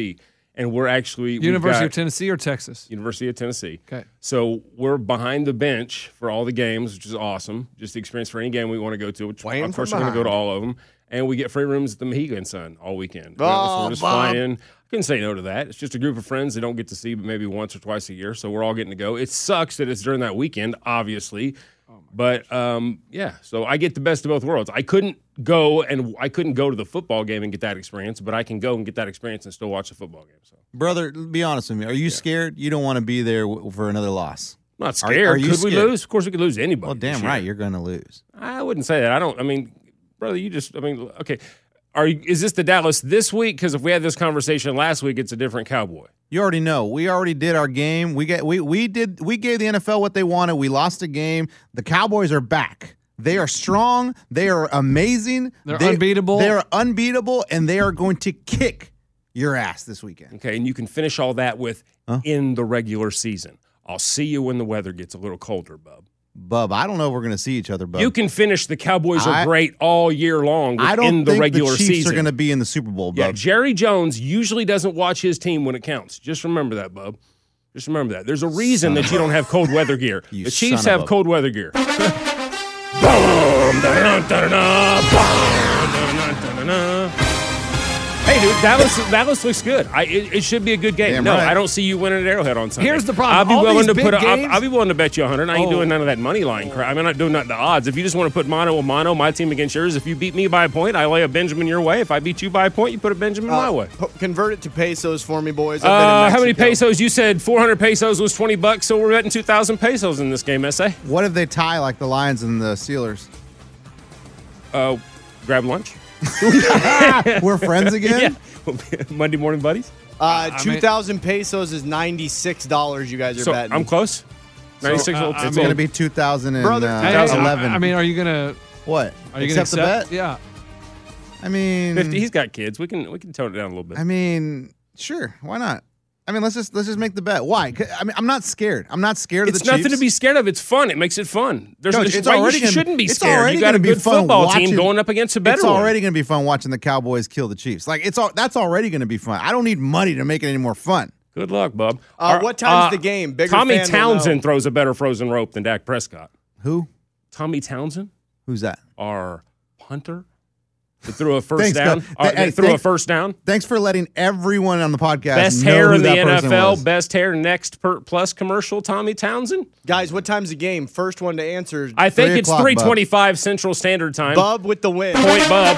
And we're actually we've University of got- Tennessee or Texas? University of Tennessee. Okay. So we're behind the bench for all the games, which is awesome. Just the experience for any game we want to go to. Which Playing of course from we're going to go to behind. all of them, and we get free rooms at the Mohegan Sun all weekend. Oh, so we're just Bob. flying. I couldn't say no to that. It's just a group of friends that don't get to see but maybe once or twice a year. So we're all getting to go. It sucks that it's during that weekend, obviously. But um, yeah, so I get the best of both worlds. I couldn't go and I couldn't go to the football game and get that experience, but I can go and get that experience and still watch the football game. So Brother, be honest with me. Are you scared? You don't want to be there w- for another loss. I'm not Are- scared. are you could we scared? lose? Of course, we could lose anybody. Well, damn this year. right, you're going to lose. I wouldn't say that. I don't. I mean, brother, you just. I mean, okay. Are you, is this the Dallas this week? Because if we had this conversation last week, it's a different Cowboy. You already know. We already did our game. We get we we did we gave the NFL what they wanted. We lost a game. The Cowboys are back. They are strong. They are amazing. They're They- unbeatable. They are unbeatable, and they are going to kick your ass this weekend. Okay, and you can finish all that with in the regular season. I'll see you when the weather gets a little colder, bub. Bub, I don't know if we're going to see each other, bub. You can finish. The Cowboys are I- great all year long. I don't in the think regular the Chiefs season. are going to be in the Super Bowl, bub. Yeah, Jerry Jones usually doesn't watch his team when it counts. Just remember that, bub. Just remember that. There's a reason Son of that you a- don't have cold weather gear. You the Chiefs son of have a- cold weather gear. Boom, da-dun, da-dun, boom, da-dun, da-dun. Hey, dude, Dallas, Dallas looks good. I, it, it should be a good game. Damn no, right. I don't see you winning at Arrowhead on Sunday. Here's the problem. I'll be All willing these to big put. a- I'll- games- I'll be willing to bet you 100. I ain't Oh. doing none of that money line crap. I mean, I'm not doing nothing to odds. If you just want to put mono a mono, my team against yours. If you beat me by a point, I lay a Benjamin your way. If I beat you by a point, you put a Benjamin my way. Uh, Po- convert it to pesos for me, boys. I've been in Uh, how many Mexico. pesos? You said 400 pesos was 20 bucks, so we're betting 2,000 pesos in this game, SA. What if they tie like the Lions and the Steelers? Uh, grab lunch. We're friends again. Yeah. Monday morning buddies. Uh, I mean- two thousand pesos is ninety six dollars. You guys are So betting. I'm close. 96 uh, old. I It's mean- going to be 2011. Brother, Hey, I- I, mean, are you gonna? uh, what? Are you Accept the gonna accept? bet? Yeah. I mean, 50. He's got kids. We can we can tone it down a little bit. I mean, sure, why not? I mean, let's just let's just make the bet. Why? 'Cause- I mean, I'm not scared. I'm not scared it's of the nothing Chiefs. to be scared of. It's fun. It makes it fun. There's No, no, it's- it's why already you gonna- shouldn't be it's scared. already You got a gonna be good fun football team watching- going up against a better It's one. already going to be fun watching the Cowboys kill the Chiefs. Like it's all that's already going to be fun. I don't need money to make it any more fun. Good luck, bub. Uh, what time's Uh, the game? Bigger Tommy fan will know. Townsend throws a better frozen rope than Dak Prescott. Who? Tommy Townsend, Who's that? our punter, that threw a first Thanks, down. God. uh, Th- that hey, threw a thank- first down. Thanks for letting everyone on the podcast Best know hair who in the that person NFL. was. Best hair next per plus commercial. Tommy Townsend. Guys, what time's the game? First one to answer. I think Three it's o'clock, Bub. three twenty-five Central Standard Time. Bub with the win. Point Bub.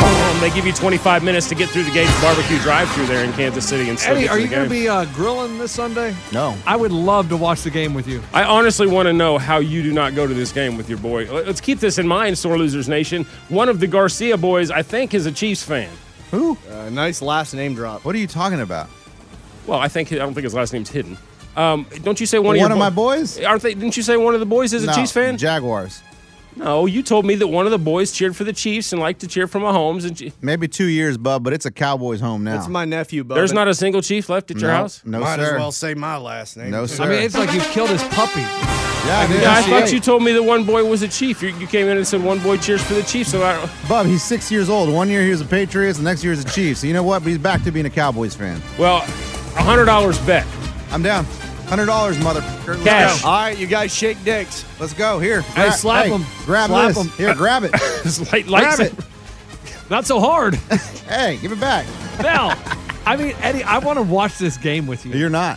Boom. They give you twenty-five minutes to get through the Gates Barbecue drive-through there in Kansas City and still Eddie, get to are the you gonna game. be uh, grilling this Sunday? No, I would love to watch the game with you. I honestly want to know how you do not go to this game with your boy. Let- Let's keep this in mind, Sore Losers Nation. One of the Garcia boys, I think, is a Chiefs fan. who? Uh, nice last name drop. What are you talking about? Well, I think I don't think his last name's hidden. Um, don't you say One, one, of your of bo- my boys? Aren't they? Didn't you say one of the boys is a No, Chiefs fan? Jaguars. no, you told me that one of the boys cheered for the Chiefs and liked to cheer for Mahomes. And Chi- Maybe two years, bub, but it's a Cowboys home now. That's my nephew, Bub. there's not a single Chief left at your no, house. No, Might as sir. well say my last name. No, too. sir. I mean, it's like you've killed his puppy. yeah, dude, Yeah, I appreciate thought you it. told me that one boy was a Chief. You, you came in and said one boy cheers for the Chiefs. So I, Bub, he's six years old. One year he was a Patriots, the next year he's a Chiefs. So you know what? But he's back to being a Cowboys fan. well, hundred dollars bet. I'm down. Hundred dollars, motherfucker. Let's Cash. go. All right, you guys shake dicks. Let's go here. Hey, slap him. Grab Slap this. him. Here, grab it. Light, grab lights it. Not so hard. Hey, give it back. now, I mean, Eddie, I want to watch this game with you. You're not.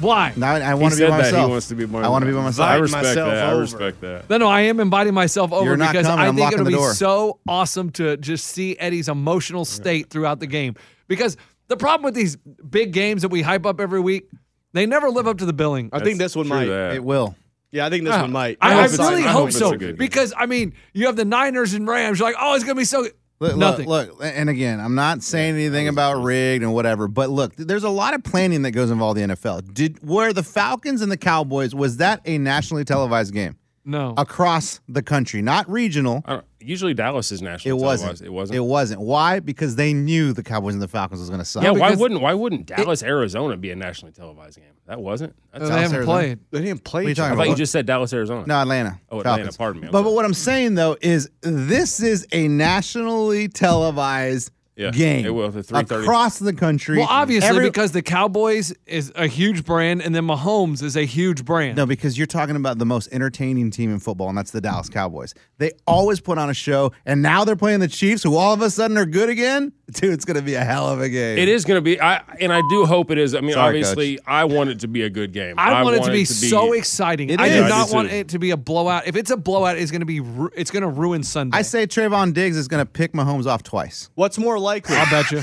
Why? Now I He want to be said myself. that he wants to be by I want to be by myself. I respect myself that. I over. respect that. No, no, I am inviting myself over You're not because coming. I I'm think locking it'll the be door. so awesome to just see Eddie's emotional state throughout the game. Because the problem with these big games that we hype up every week, they never live up to the billing. Uh, I think this one True might. that. It will. Yeah, I think this one might. I, I hope it's- really Uh, I hope, hope it's so a good game. because I mean, you have the Niners and Rams. You're like, oh, it's gonna be so good. Look, Nothing. look, look, and again, I'm not saying anything about rigged and whatever, but look, there's a lot of planning that goes involved in the NFL. Did were the Falcons and the Cowboys was that a nationally televised game? No. Across the country, not regional. Usually Dallas is national. It wasn't. televised. It wasn't. It wasn't. Why? Because they knew the Cowboys and the Falcons was going to suck. yeah, why wouldn't why wouldn't Dallas Arizona be a nationally televised game? That wasn't. No, they haven't played. They didn't play. What are you each talking I other. thought you about? just said Dallas Arizona. No, Atlanta. Oh, Atlanta. Falcons. Pardon me. I'm But, but what I'm saying though is this is a nationally televised Yeah, game. it will, the 3:30. across the country. Well, obviously, Every- because the Cowboys is a huge brand, and then Mahomes is a huge brand. No, because you're talking about the most entertaining team in football, and that's the Dallas Cowboys. They always put on a show, and now they're playing the Chiefs, who all of a sudden are good again. Dude, it's going to be a hell of a game. It is going to be, I and I do hope it is. I mean, Sorry, obviously, I want it to be a good game. I, want it to be, so exciting. It I is. do Yeah, I not do want too. it to be a blowout. If it's a blowout, it's going to be ru- it's going to ruin Sunday. I say Trayvon Diggs is going to pick Mahomes off twice. What's more likely? I'll bet you.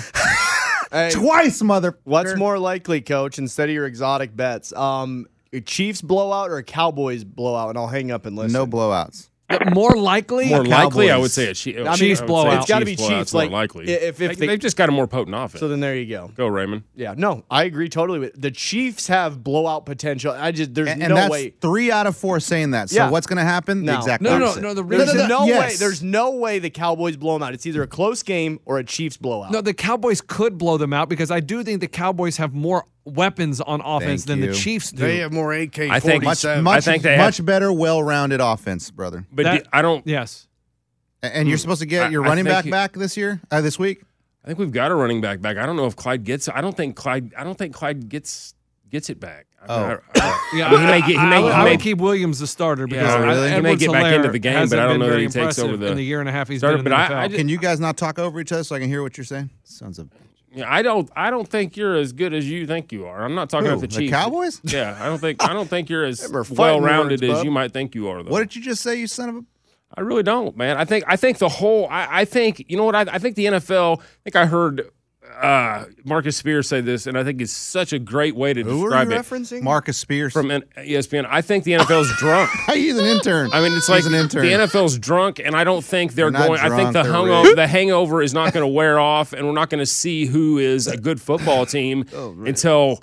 Hey, Twice, mother. what's more likely, Coach? Instead of your exotic bets, um, a Chiefs blowout or a Cowboys blowout? And I'll hang up and listen. No blowouts. More likely, More likely, I would say a Chiefs. I mean, Chiefs blowout. It's got to be Chiefs. like more likely. i- if, if they, they- have just got a more potent offense. so, then there you go. Go Raymond. Yeah, no, I agree totally with the Chiefs have blowout potential. I just there's And, no and that's way. three out of four saying that. So Yeah. what's going to happen? The No. exact No, no, opposite. no, the There's reason- no, way. yes. There's no way the Cowboys blow them out. It's either a close game or a Chiefs blowout. No, the Cowboys could blow them out because I do think the Cowboys have more weapons on offense Thank than you. the Chiefs do. uh, They have more AK I think- 47. much, I think they much have- better, well-rounded offense, brother. But That- do- I don't. yes. A- And you're supposed to I- get your I running think back you- back this year, uh, this week. I think we've got a running back back. I don't know if Clyde gets. I don't think Clyde. I don't think Clyde gets gets it back. I, Oh. I- I Yeah, mean, he may get. He I- may. I, would- he I may- would keep Williams the starter because Yeah, I- really? He may Edwards get back Hilaire into the game, but hasn't I don't been know that very he takes impressive over the- in the year and a half he's starter, been in but the I- NFL. I just- Can you guys not talk over each other so I can hear what you're saying? Sons of Yeah, I don't. I don't think you're as good as you think you are. I'm not talking Who, about the the Chiefs. Cowboys? Yeah, I don't think. I don't think you're as Them are fighting well-rounded words, as bub. you might think you are. Though. what did you just say? You son of a I really don't, man. I think. I think the whole. I, I think. You know what? I, I think the NFL. I think I heard uh, Marcus Spears say this, and I think it's such a great way to Who are describe you it referencing? Marcus Spears. from E an ESPN. I think the NFL's drunk. He's an intern. I mean, it's He's like an intern. the NFL's drunk, and I don't think they're They're not going. I think drunk, the they're hangover, rich. the hangover, is not going to wear off, and we're not going to see who is a good football team Oh, until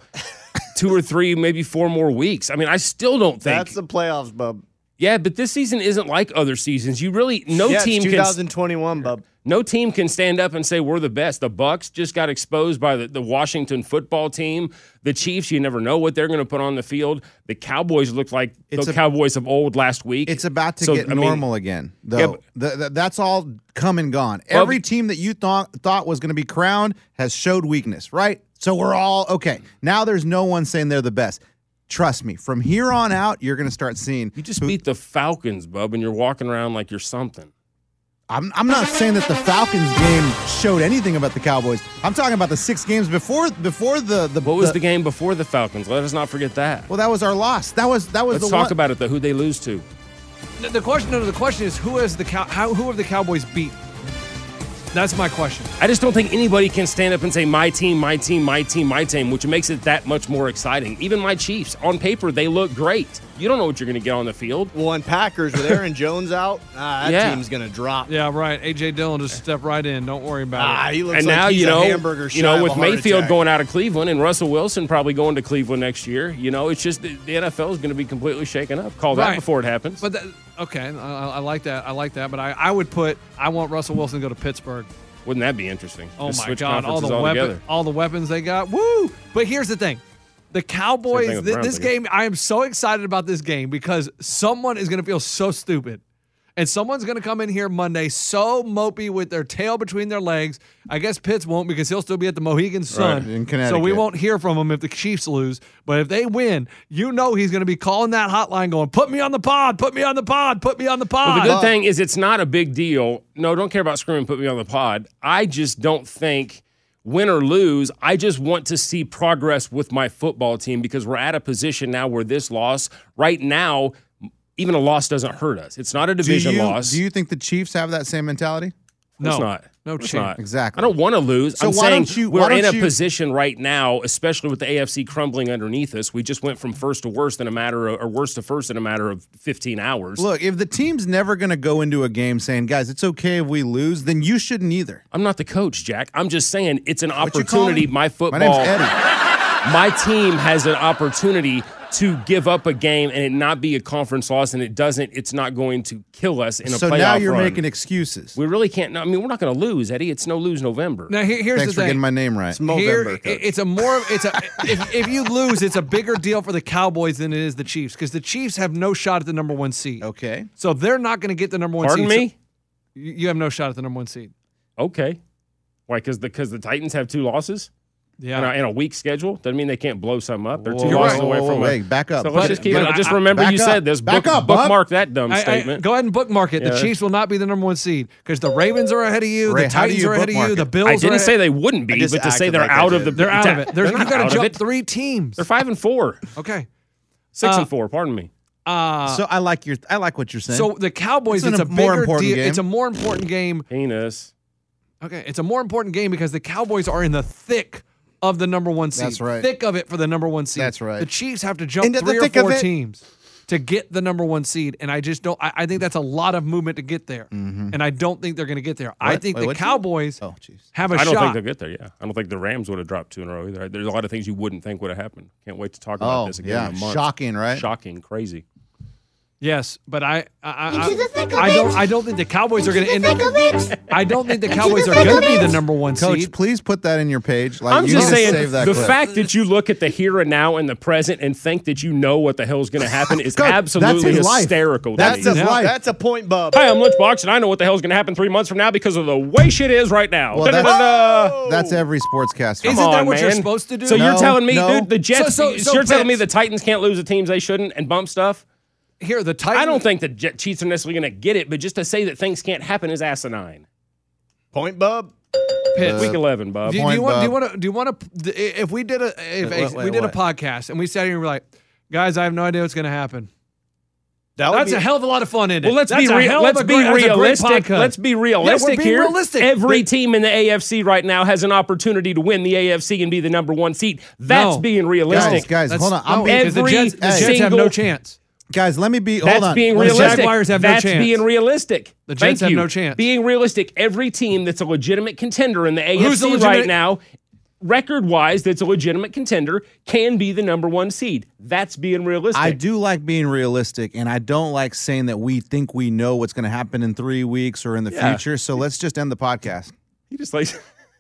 two or three, maybe four more weeks. I mean, I still don't think. That's the playoffs, bub. yeah, but this season isn't like other seasons. You really no yeah, team it's can 2021, bub. no team can stand up and say we're the best. The Bucks just got exposed by the, the Washington football team. The Chiefs, you never know what they're going to put on the field. The Cowboys looked like It's the a- Cowboys of old last week. It's about to So, get I mean, normal again, though. but- Th- th- that's all come and gone. Every team that you thought thought was going to be crowned has showed weakness, right? So we're all okay. Now there's no one saying they're the best. Trust me, from here on out, you're going to start seeing. You just beat the Falcons, bub, and you're walking around like you're something. I'm, I'm not saying that the Falcons game showed anything about the Cowboys. I'm talking about the six games before before the the. What was the, game before the Falcons? Let us not forget that. Well, that was our loss. That was that was Let's the talk one. about it though. Who they lose to? No, the question, no, no, the question is who is the cow? How who have the Cowboys beat? That's my question. I just don't think anybody can stand up and say my team, my team, my team, my team, which makes it that much more exciting. Even my Chiefs, on paper, they look great. You don't know what you're going to get on the field. Well, and Packers with Aaron Jones out, ah, that Yeah. team's gonna drop. Yeah, right. AJ Dillon just step right in. Don't worry about Ah, it. he looks and like now he's you know, a hamburger you shy of know, a with heart Mayfield attack. going out of Cleveland and Russell Wilson probably going to Cleveland next year. You know, it's just the, the NFL is going to be completely shaken up. Call that Right. before it happens. But that, okay, I, I I like that. I like that. But I, I would put I want Russell Wilson to go to Pittsburgh. Wouldn't that be interesting? Oh Just my switch God! All conferences the altogether. weapons, all the weapons they got. Woo! But here's the thing: the Cowboys. with thi- Browns, this I guess. game, I am so excited about this game because someone is going to feel so stupid, and someone's going to come in here Monday so mopey with their tail between their legs. I guess Pitts won't because he'll still be at the Mohegan Sun. in so we Connecticut. won't hear from him if the Chiefs lose. But if they win, you know he's going to be calling that hotline, going, "Put me on the pod! Put me on the pod! Put me on the pod!" Well, the good thing is it's not a big deal. No, don't care about screaming. Put me on the pod. I just don't think win or lose. I just want to see progress with my football team because we're at a position now where this loss right now, even a loss doesn't hurt us. It's not a Do division you, loss. do you think the Chiefs have that same mentality? no, it's not. no It's chance. not. Exactly. I don't want to lose. So I'm why saying don't you- we're why in don't a you- position right now, especially with the AFC crumbling underneath us. We just went from first to worst in a matter of, or worst to first in a matter of 15 hours. Look, if the team's never going to go into a game saying, "Guys, it's okay if we lose," then you shouldn't either. I'm not the coach, Jack. I'm just saying it's an What you calling opportunity. me? My football, My name's Eddie. my team has an opportunity to give up a game and it not be a conference loss, and it doesn't. It's not going to kill us in a so playoff now you're run. making excuses. We really can't. no, I mean, we're not going to lose, Eddie. It's no lose November. Now here, here's the Thanks for thing. getting my name right. Here, i- it's a more of- it's a if, if you lose, it's a bigger deal for the Cowboys than it is the Chiefs because the Chiefs have no shot at the number one seed. Okay, so they're not going to get the number one. Pardon seed. So me? you you have no shot at the number one seed. Okay. Why? Because the because the Titans have two losses. uh, Yeah. And a, and a weak schedule doesn't mean they can't blow some up. They're two Whoa, losses whoa, away whoa, from. a- wait, back up. So let's But- just keep it. but Just I- remember back you up. said this. Back Book- up, Bob. bookmark that dumb I- I- statement. go ahead and bookmark it. The Yeah. Chiefs will not be the number one seed because the Ravens are ahead of you. Ray, the how do Titans you are ahead of you. bookmark The it? Bills. I didn't are say ahead- they wouldn't be, but to say they're out of the They're out of it. There's, They're you not got out to of jump it. three teams. They're five and four, Okay. six Uh, and four. Pardon me. Uh, so I like your I like what you're saying. so the Cowboys, It's it's, an a im- more bigger important deal. game. It's a more important game. Penis. Okay, it's a more important game because the Cowboys are in the thick of the number one seed. That's right. Thick of it for the number one seed. That's right. The Chiefs have to jump Into the three or thick of four it. teams to get the number one seed, and I just don't. I, I think that's a lot of movement to get there, and I don't think they're going to get there. I Mm-hmm. What? think Wait, the what'd you- Cowboys Oh, jeez. have a I don't shot. think they'll get there. Yeah, I don't think the Rams would have dropped two in a row either. There's a lot of things you wouldn't think would have happened. Can't wait to talk about Oh, this again yeah. in a month. Shocking, right? Shocking, crazy. yes, but I, I, I, Into the thick of I don't. it. I don't think the Cowboys are going to Into end the up. thick of it. I don't think the Into the Cowboys are thick going of to be it. the number one Coach, seed. please put that in your page. Like I'm you just need to saying save that the clip. fact that you look at the here and now and the present and think that you know what the hell is going to happen is Coach, that's absolutely his life. hysterical. to That's me. his Yeah. life. That's a point, Bub. Hi, I'm Lunchbox, and I know what the hell is going to happen three months from now because of the way shit is right now. Well, that's- Da-da-da-da. That's every sportscaster. Isn't Come on, that what you're man. supposed to do? So you're No, telling me, no. dude, the Jets? So- so- so you're telling me Pence- the Titans can't lose the teams they shouldn't and bump stuff? Here, the Titans. I don't think the Jet Chiefs are necessarily going to get it, but just to say that things can't happen is asinine. Point, Bub. Pitts. Week 11, Bob. Do you, do Point, you want? Do you Bob. want to? Do you want to? If we did a, if Wait, a- wait, we did what? a podcast and we sat here and we're like, guys, I have no idea what's going to happen. That would That's be- a hell of a lot of fun in it. Well, let's That's be a real. hell of let's a be great- that's a great realistic. podcast. Let's be Yeah, we're realistic being here. Realistic. Every But- team in the AFC right now has an opportunity to win the AFC and be the number one seat. That's No. being guys, realistic. guys, that's- hold on. I'm no, being, because the every Jets, the Jets have single- no chance. guys, let me be. Hold That's on. being Let me- realistic. Jaguars have no that's chance. being realistic. The Jets Thank have you. no chance. Being realistic, every team that's a legitimate contender in the AFC Who's a right legitimate- now, record wise, that's a legitimate contender, can be the number one seed. That's being realistic. I do like being realistic, and I don't like saying that we think we know what's going to happen in three weeks or in the Yeah. future. So let's just end the podcast. He just likes. He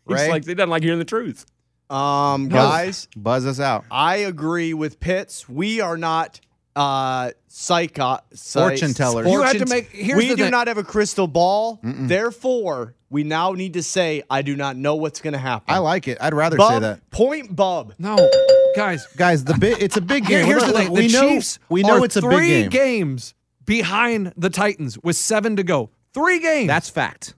Right? just likes. He doesn't like hearing the truth. Um, guys, Buzz us out. I agree with Pitts. We are not uh psycho psy- Fortune tellers. fortune- You have to make- here's we the do thing. not have a crystal ball. Therefore, we now need to say, I do not know what's going to happen. I like it. I'd rather Bub, say that. Point, Bub. No, guys. Guys, the bit it's a big Here, game. here's Look, the thing: look, we the know Chiefs we know are it's a three big game. games behind the Titans with seven to go. Three games. That's fact.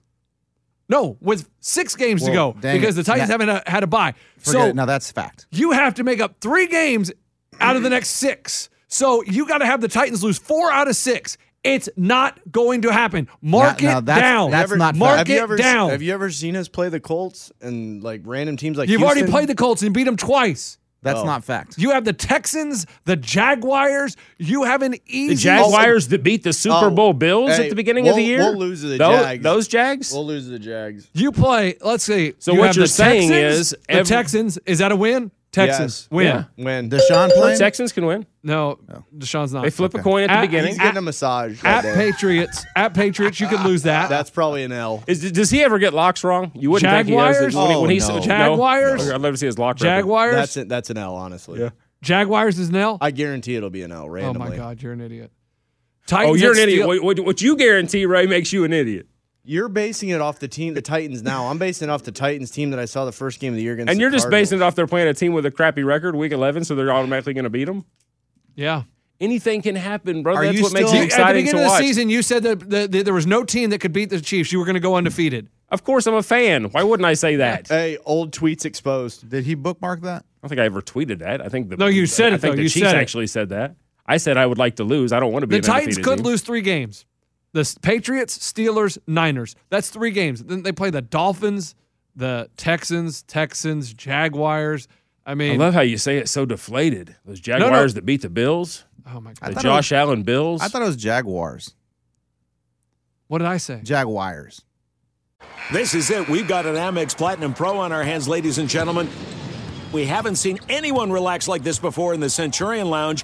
no, with six games to Well, go dang because it. the Titans That- haven't uh, had a bye. Forget so it. Now that's fact. you have to make up three games out of the next six. So you got to have the Titans lose four out of six. It's not going to happen. Mark Now- now it that's- down. that's Mark not fair. Mark have you it ever down. have you ever seen us play the Colts and like random teams like You've already Houston? played the Colts and beat them twice. That's Oh. not fact. You have the Texans, the Jaguars. You have an easy. The Jaguars that beat the Super Oh, Bowl Bills hey, at the beginning of the we'll- year. we'll lose to the Tho- Jags. Those Jags. We'll lose to the Jags. You play. Let's see. So what have you're the saying Texans, is the every- Texans is that a win? Texans Yes. win. Yeah. When Deshaun playing. Texans can win. No, Deshaun's not. They flip a coin at the At- beginning. he's getting a massage. right Oh. at there. Patriots. At Patriots, you could lose that. That's probably an L. Is, does he ever get locks wrong? You wouldn't think Jaguars? he does. When he- when he's- Oh, no. Jaguars? I'd love to see his lock. record. Jaguars. That's an, that's an L, honestly. Jaguars is Nell. I guarantee it'll be an L Oh randomly. my God, you're an idiot. Titans Oh, you're an at idiot. Steel- What, what, what you guarantee, Ray, makes you an idiot. You're basing it off the team, the Titans now. I'm basing it off the Titans team that I saw the first game of the year against. And the you're just Cardinals. basing it off they're playing a team with a crappy record, week 11, so they're automatically going to beat them. Yeah. Anything can happen, brother. Are That's you what makes still- it You- at the exciting beginning to of the watch. season, you said that, that, that there was no team that could beat the Chiefs. You were going to go undefeated. Of course, I'm a fan. Why wouldn't I say that? I Hey, old tweets exposed. Did he bookmark that? don't think I ever tweeted that. I think the No, you said I it, think though. the You Chiefs said it. actually said that. I said I would like to lose. I don't want to be The an Titans undefeated could team. lose three games. The S- Patriots, Steelers, Niners. That's three games. Then they play the Dolphins, the Texans, Texans, Jaguars. I I mean, love how you say it so deflated. Those Jaguars that beat the Bills, oh my God. the thought it Josh Allen Bills. I thought it was Jaguars. What did I say? Jaguars. This is it. We've got an Amex Platinum Pro on our hands, ladies and gentlemen. We haven't seen anyone relax like this before in the Centurion Lounge.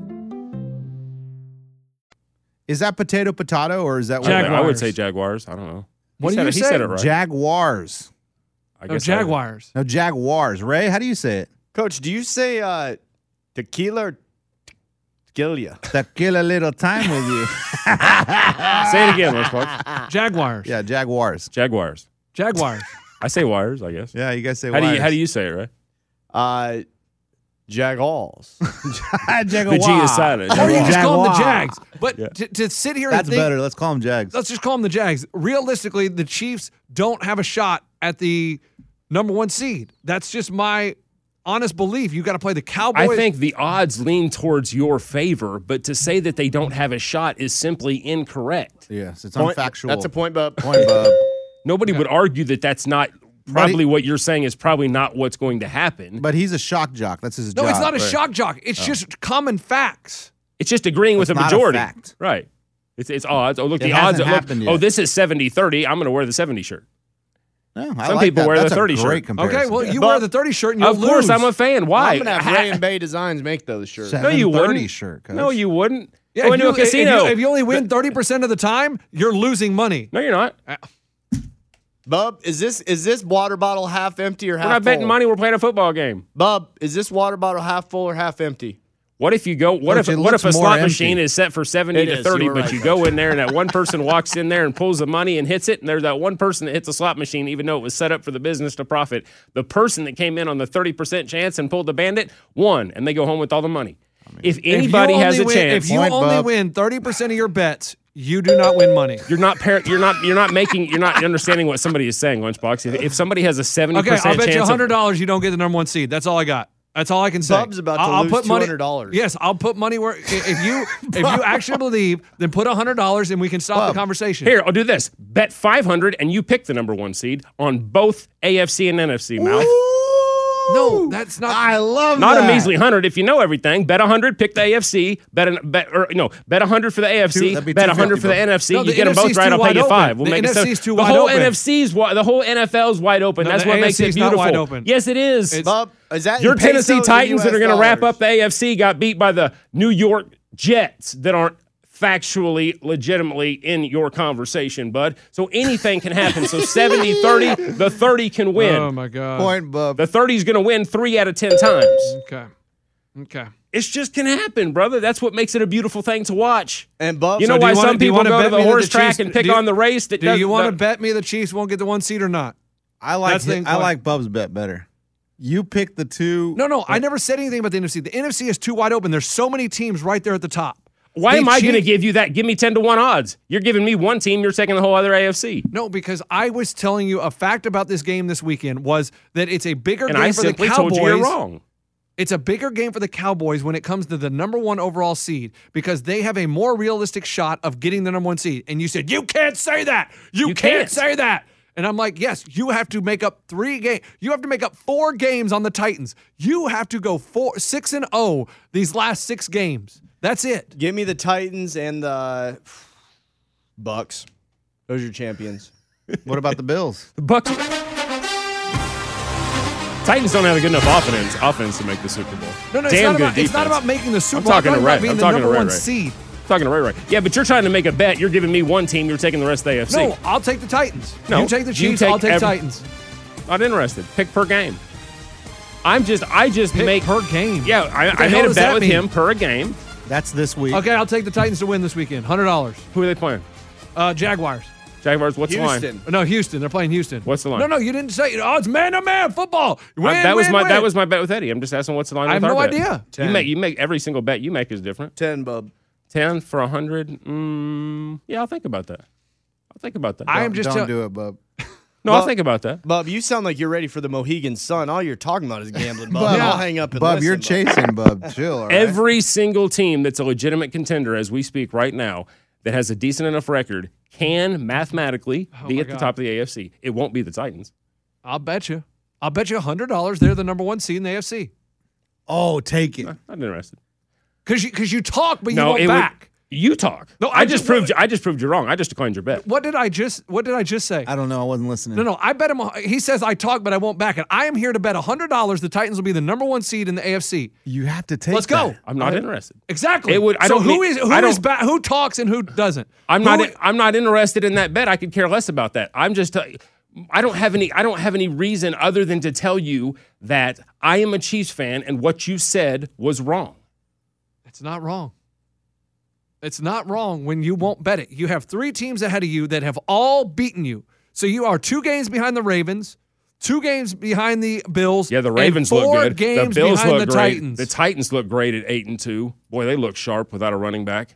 Is that potato potato or is that Jaguars. I would say Jaguars. I don't know. What he do said you it, say? He said it right. Jaguars. I guess I would. No Jaguars. Ray, how do you say it? Coach, do you say uh, tequila or tequila? Tequila little time with you. Say it again, Les Parks. Jaguars. Yeah, Jaguars. Jaguars. Jaguars. I say wires, I guess. Yeah, you guys say how Do you, wires. how do you say it, right? Uh, Jagalls. Jaguar. The G is silent. Or you just call them the Jaguar. Jags. But to, to sit here That's and think, better. Let's call them Jags. let's just call them the Jags. Realistically, the Chiefs don't have a shot at the number one seed. That's just my honest belief. You got to play the Cowboys. I think the odds lean towards your favor, but to say that they don't have a shot is simply incorrect. Yes, it's Point- unfactual. that's a point, bub. Point, bub. Nobody would argue that that's not probably what you're saying is probably not what's going to happen. But he's a shock jock. That's his no, job. it's not a Right. Oh. shock jock. It's just common facts. It's just agreeing with It's the not a majority. fact. Right. It's, it's odds. Oh, look, It the odds. hasn't Look, happened oh, yet. this is 70 30. I'm going to wear the 70 shirt. Yeah, I Some like people that. wear That's the a 30 shirt. great comparison. Okay, well, you But- wear the 30 shirt and you'll of course, lose. I'm a fan. Why? I'm going to have Ray and Bay Designs make those shirts. no, you 730 wouldn't. shirt, No, coach. you wouldn't. Yeah, Go if, into you, a casino. If, you, if you only win 30% of the time, you're losing money. no, you're not. Bub, is this is this water bottle half empty or half We're not betting full? money. We're playing a football game. Bub, is this water bottle half full or half empty? What if you go? What Coach, if it what if looks a more slot empty. machine is set for seventy It to is. thirty, You were but right, you Coach. go in there and that one person walks in there and pulls the money and hits it, and there's that one person that hits the slot machine, even though it was set up for the business to profit. The person that came in on the thirty percent chance and pulled the bandit won, and they go home with all the money. if If you anybody has only a win- chance, If you Point, only Bob. win 30% of your bets, you do not win money. You're not par- you're not you're not making you're not understanding what somebody is saying, Lunchbox. If, if somebody has a seventy Okay, I'll percent bet chance, you of- hundred dollars you don't get the number one seed. That's all I got. That's all I can say. Bub's about to I'll, I'll lose put money- $200. Yes, I'll put money where i- if you if you actually believe, then put hundred dollars and we can stop the conversation. here I'll do this: bet five hundred and you pick the number one seed on both AFC and NFC. Mouth. no, that's not. I love Not that. a measly hundred. If you know everything, bet hundred, pick the AFC. Bet, an, bet or no, bet hundred for the Two- AFC. that'd be bet 250, hundred for the bro. NFC. No, you the get them both NFC's right. too I'll pay wide you open. five. We'll The make it NFC's seven. too the wide whole open. NFC's wi- the whole NFL's wide open. No, That's the what makes it AFC's not beautiful. wide open. Yes, it is. Bub, is that Your in Tennessee pesos or Titans that US are going to wrap dollars? up the AFC got beat by the New York Jets that aren't factually legitimately in your conversation, bud. So anything can happen. So 70-30, the 30 can win. Oh my god. Point, bub. The 30 is going to win 3 out of 10 times. Okay. Okay. It's just can happen, brother. That's what makes it a beautiful thing to watch. And Bub, You know do why wanna- some do you people wanna go bet to the me that horse Chiefs- track and pick do you- on the race that Do does- you want to the- bet me the Chiefs won't get the one seed or not? I like That's the hi- thing, I Point. like Bub's bet better. You pick the two. No, no. I never said anything about the NFC. The NFC is too wide open. There's so many teams right there at the top. Why The am I going to Chiefs- give you that? Give me 10 to 1 odds. You're giving me one team, you're taking the whole other AFC. No, because I was telling you a fact about this game this weekend was that it's a bigger And game I for the simply Cowboys. told you you're wrong. It's a bigger game for the Cowboys when it comes to the number one overall seed because they have a more realistic shot of getting the number one seed. And you said, You can't say that. You, You can't. can't." say that. And I'm like, Yes, you have to make up three games. You have to make up four games on the Titans. You have to go four six and oh these last six games. That's it. Give me the Titans and the Bucks. Those are your champions. What about the Bills? The Bucks. Titans don't have a good enough offense offense to make the Super Bowl. No, no, it's Damn not good about- it's not defense. about making the Super I'm Bowl. I'm talking talking to about Ray. being I'm the talking to number Ray. one Ray. seed. I'm talking to Ray. Ray. Yeah, but you're trying to make a bet. You're giving me one team. You're taking the rest of the AFC. No, I'll take the Titans. No, you take the you Chiefs. take I'll take every- Titans. Not interested. Pick per game. I'm just. I just Pick make per game. Yeah, I, What the I hell made a does bet that with mean? him per game. That's this week. Okay, I'll take the Titans to win this weekend. Hundred dollars. Who are they playing? Uh, Jaguars. Uh, Jaguars. What's the line? No, Houston. They're playing Houston. What's the line? No, no, you didn't say. Oh, it's man to man football. Win, I- that was win, my win. that was my bet with Eddie. I'm just asking what's the line. I have with our no bet. idea. You Ten. make you make every single bet you make is different. Ten, bub. Ten for a hundred. Mm, yeah, I'll think about that. I'll think about that. I am just don't tell- do it, bub. No, I'll think about that. Bub, you sound like you're ready for the Mohegan Sun. All you're talking about is gambling, Bub. Bub, I'll I- hang up and Bub, listen, you're chasing, Bub. Chill. all right? Every single team that's a legitimate contender as we speak right now that has a decent enough record can mathematically be Oh my at the God. top of the AFC. It won't be the Titans. I'll bet you. I'll bet you hundred dollars. They're the number one seed in the AFC. Oh, take it. Not interested. Cause you, cause you talk, but you won't it would- back. you talk. No, I, just proved you- I just proved you wrong. I just declined your bet. What did I just? What did I just say? I don't know. I wasn't listening. No, no. I bet him. He says I talk, but I won't back it. I am here to bet hundred dollars. The Titans will be the number one seed in the AFC. You have to take. Let's go. that. I'm not I- interested. Exactly. It would- I so don't who need- is who I is don't- ba- who talks and who doesn't? I'm Who not. i- I'm not interested in that bet. I could care less about that. I'm just. uh, I don't have any. I don't have any reason other than to tell you that I am a Chiefs fan, and what you said was wrong. It's not wrong. It's not wrong when you won't bet it. You have three teams ahead of you that have all beaten you. So you are two games behind the Ravens, two games behind the Bills. Yeah, the and Ravens four look good. Games the Bills behind look the great. Titans. The Titans look great at eight and two. Boy, they look sharp without a running back.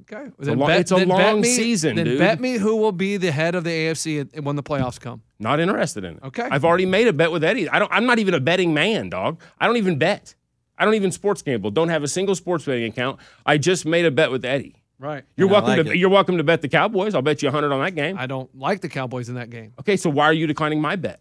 okay, a long- it's a then long me- season, Then dude. bet me who will be the head of the AFC at- when the playoffs come. Not interested in it. Okay. I've already made a bet with Eddie. I don't. I'm not even a betting man, dog. I don't even bet. I don't even sports gamble. Don't have a single sports betting account. I just made a bet with Eddie. Right. You're And I welcome like to it. you're welcome to bet the Cowboys. I'll bet you 100 on that game. I don't like the Cowboys in that game. Okay, so why are you declining my bet?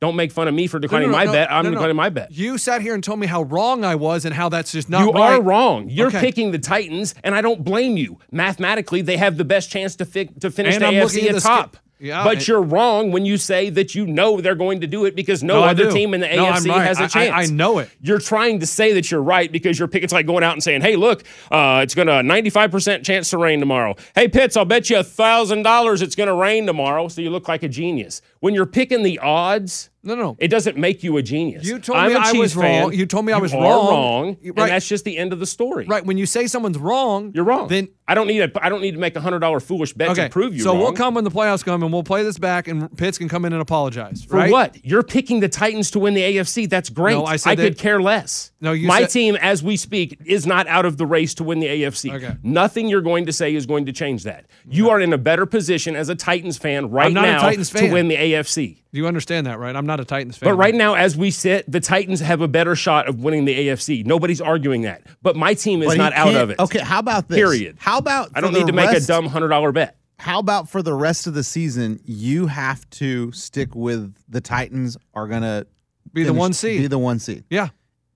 Don't make fun of me for declining no, my no, bet. I'm no, no. declining my bet. You sat here and told me how wrong I was and how that's just not you right. are wrong. You're Okay. picking the Titans, and I don't blame you. Mathematically, they have the best chance to fi- to finish And the I'm AFC looking at at the top. sch- Yeah, but and- you're wrong when you say that you know they're going to do it because no, I other do. team in the No, I'm AFC right. has I- a I- chance. I know it. You're trying to say that you're right because you're picking. It's like going out and saying, "Hey, look, uh, it's going to 95% chance to rain tomorrow." Hey, Pitts, I'll bet you a thousand dollars it's going to rain tomorrow. So you look like a genius when you're picking the odds. No, no. It doesn't make you a genius. You told I'm me a I Chiefs was fan. wrong. You told me I was are wrong. wrong, You- And right. that's just the end of the story. Right. When you say someone's wrong, You're wrong. Then I don't need a I don't need to make a hundred dollar foolish bet okay. to prove you so wrong. we'll come when the playoffs come and we'll play this back and Pitts can come in and apologize. for right? what? You're picking the Titans to win the AFC. That's great. No, I said could that- care less. No, you My said- team, as we speak, is not out of the race to win the AFC. Okay. Nothing you're going to say is going to change that. You are in a better position as a Titans fan right not a now Titans fan. to win the AFC. You understand that, right? I'm not a Titans fan. Mm-hmm. But right now, as we sit, the Titans have a better shot of winning the AFC. Nobody's arguing that. But my team is But he not out can't- of it. Okay, how about this? Period. How about I for don't the need to make a rest- dumb hundred dollar bet. How about for the rest of the season, you have to stick with the Titans are gonna Be the finish- one seed. Be the one seed. Yeah.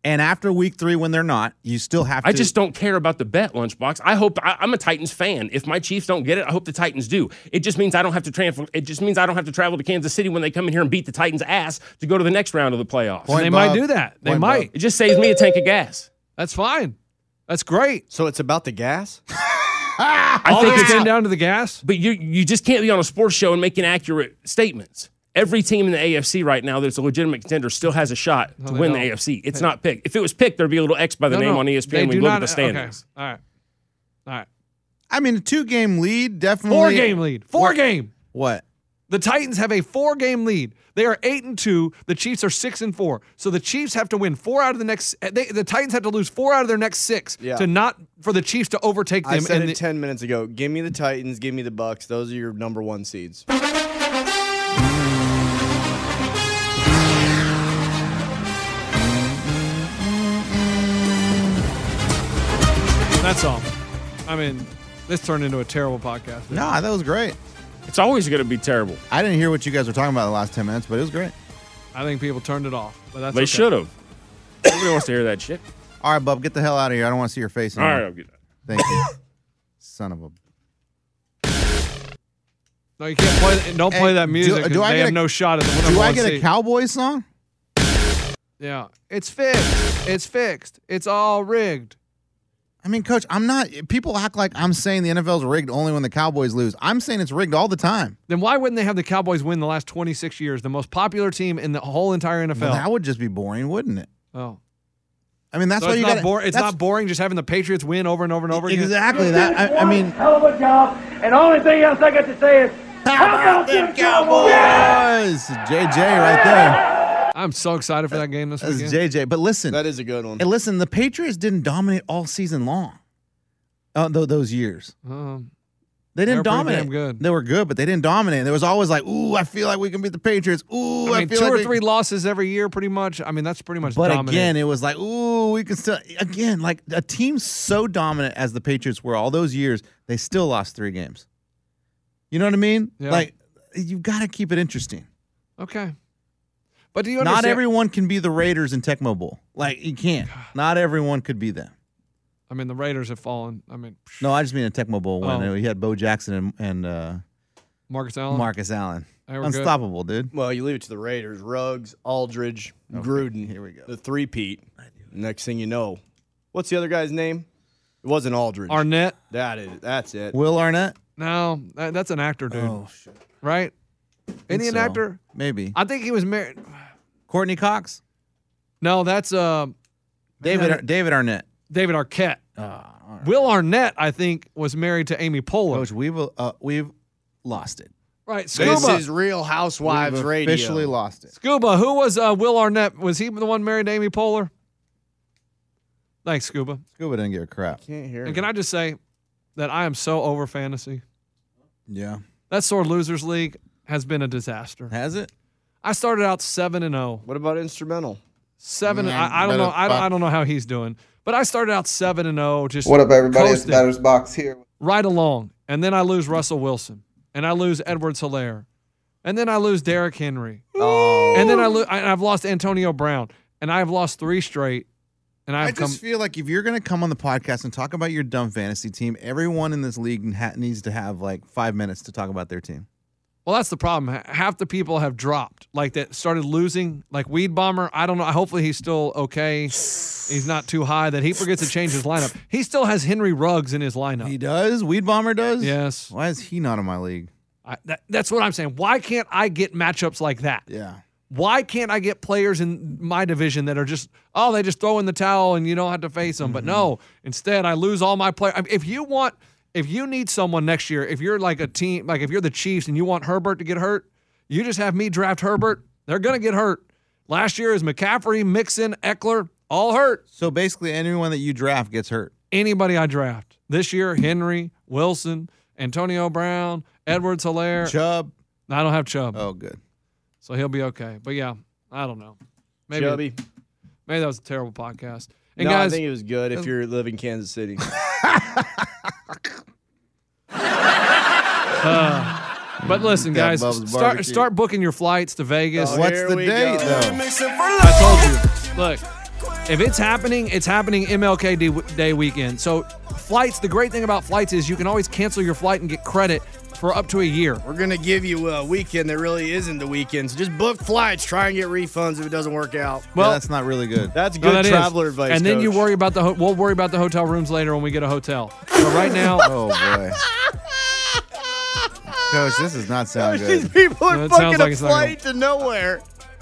And after week three, when they're not, you still have. to I just don't care about the bet, Lunchbox. I hope I, I'm a Titans fan. If my Chiefs don't get it, I hope the Titans do. It just means I don't have to transfer. It just means I don't have to travel to Kansas City when they come in here and beat the Titans' ass to go to the next round of the playoffs. And they Point, might Bob. do that. They Point, might. It just saves me a tank of gas. That's fine. That's great. So it's about the gas? I All think this it's getting down to the gas. But you you just can't be on a sports show and making accurate statements. Every team in the AFC right now that's a legitimate contender still has a shot to they win the don't. AFC. It's not picked. If it was picked, there'd be a little X by the No, name no, on E they ESPN. We do look not- at the standings. Okay. All right. All right. I mean, a two-game lead definitely. Four game lead. Four What- game. What? The Titans have a four game lead. They are eight and two. The Chiefs are six and four. So the Chiefs have to win four out of the next. They, the Titans have to lose four out of their next six Yeah. to not for the Chiefs to overtake them. I said in it the- 10 minutes ago. Give me the Titans, give me the Bucks. Those are your number one seeds. that's all. I mean, this turned into a terrible podcast. No, that was great. It's always going to be terrible. I didn't hear what you guys were talking about the last ten minutes, but it was great. I think people turned it off, but that's they okay. Mm-hmm. should have. Nobody wants to hear that shit. All right, bub, get the hell out of here. I don't want to see your face. All anymore. right, I'll get that. Thank you. Son of a. No, you can't play. Don't play Hey, that do- music. 'cause do I they get have a- no shot at the number Do I one get a seed. cowboy song? Yeah, it's fixed. It's fixed. It's all rigged. I mean, coach, I'm not. People act like I'm saying the NFL's rigged only when the Cowboys lose. I'm saying it's rigged all the time. Then why wouldn't they have the Cowboys win the last 26 years? The most popular team in the whole entire NFL. Well, that would just be boring, wouldn't it? oh, I mean, that's so why it's you not got. bor- It's not boring just having the Patriots win over and over and over again. exactly that. I, I mean, hell of a job. And only thing else I got to say is, how about them Cowboys? Boys, JJ, right there. I'm so excited for that game this That's weekend. JJ. But listen, That is a good one. and listen, the Patriots didn't dominate all season long. Uh, th- those years. Um, They They didn't were pretty dominate. damn good. They were good, but they didn't dominate. There was always like, ooh, I feel like we can beat the Patriots. Ooh, I I, mean, feel two like or we- three losses every year, pretty much. I mean, that's pretty much. But dominant. again, it was like, ooh, we can still. Again, like a team so dominant as the Patriots were all those years, they still lost three games. You know what I mean? Yeah. Like, you've got to keep it interesting. okay. But do you Not understand? everyone can be the Raiders in Tecmo Bowl. Like, you can't. Not everyone could be them. I mean, the Raiders have fallen. I mean, No, I just mean a Tecmo Bowl win. Oh. You had Bo Jackson and, and uh, Marcus Allen. Marcus Allen. They were good. Unstoppable, dude. Well, you leave it to the Raiders. Ruggs, Aldridge, Gruden. Here we go. The three Pete. Next thing you know, what's the other guy's name? It wasn't Aldridge. Arnett. That is. That's it. Will Arnett? No, that, that's an actor, dude. Oh shit. Right? Isn't he an so. actor? uh, Maybe. I think he was married. Courtney Cox? No, that's uh, David, that- David Arnett. David Arquette. Ah, Will Arnett, I think, was married to Amy Poehler. Coach, we've uh, we've lost it. Right, This Scuba. is Real Housewives We've Radio. officially lost it. Scuba, who was uh, Will Arnett? Was he the one married to Amy Poehler? Thanks, Scuba. Scuba didn't give a crap. Can't hear. And can I just say that I am so over fantasy. Yeah. That sore losers league has been a disaster. Has it? I started out seven and oh. zero. What about instrumental? Seven. Mm, I, I don't better know. I don't, spot. I don't know how he's doing. But I started out seven and zero. Just What up, everybody? It's the coasting. Batters Box here. right along. And then I lose Russell Wilson. And I lose Edwards Hilaire. And then I lose Derrick Henry. Oh. And then I lo- I, I've lost Antonio Brown. And I've lost three straight. And I I've just come. feel like if you're going to come on the podcast and talk about your dumb fantasy team, everyone in this league ha- needs to have like five minutes to talk about their team. well, that's the problem. Ha- Half the people have dropped, like that started losing, like Weed Bomber. I don't know. Hopefully he's still okay. He's not too high that he forgets to change his lineup. He still has Henry Ruggs in his lineup. He does. Weed Bomber does. Yes. Why is he not in my league? I, that, that's what I'm saying. Why can't I get matchups like that? Yeah. why can't I get players in my division that are just oh they just throw in the towel and you don't have to face them? But no, instead I lose all my players. if you want, if you need someone next year, if you're like a team, like if you're the Chiefs and you want Herbert to get hurt, you just have me draft Herbert. They're gonna get hurt. Last year is McCaffrey, Mixon, Eckler, all hurt. So basically, anyone that you draft gets hurt. Anybody I draft this year, Henry, Wilson, Antonio Brown, Edwards Hilaire. Chubb. I don't have Chubb, Oh, good. so he'll be okay. But yeah, I don't know. Maybe Chubby. Maybe that was a terrible podcast. And No, guys, I think it was good if uh, you're living in Kansas City. uh, but listen, Got guys, Bubba's start barbecue. start booking your flights to Vegas. Oh, What's the date, though? I told you. Look, if it's happening, it's happening MLK D- Day weekend. So flights. The great thing about flights is you can always cancel your flight and get credit for up to a year. We're gonna give you a weekend that really isn't the weekend. So just book flights, try and get refunds if it doesn't work out. Well- yeah, that's not really good. That's good No, that is. traveler advice. And then you Coach. worry about the ho- we'll worry about the hotel rooms later when we get a hotel. But right now, Oh boy. Coach, this does not sound These good. people No, are it booking sounds like a it's not flight to nowhere.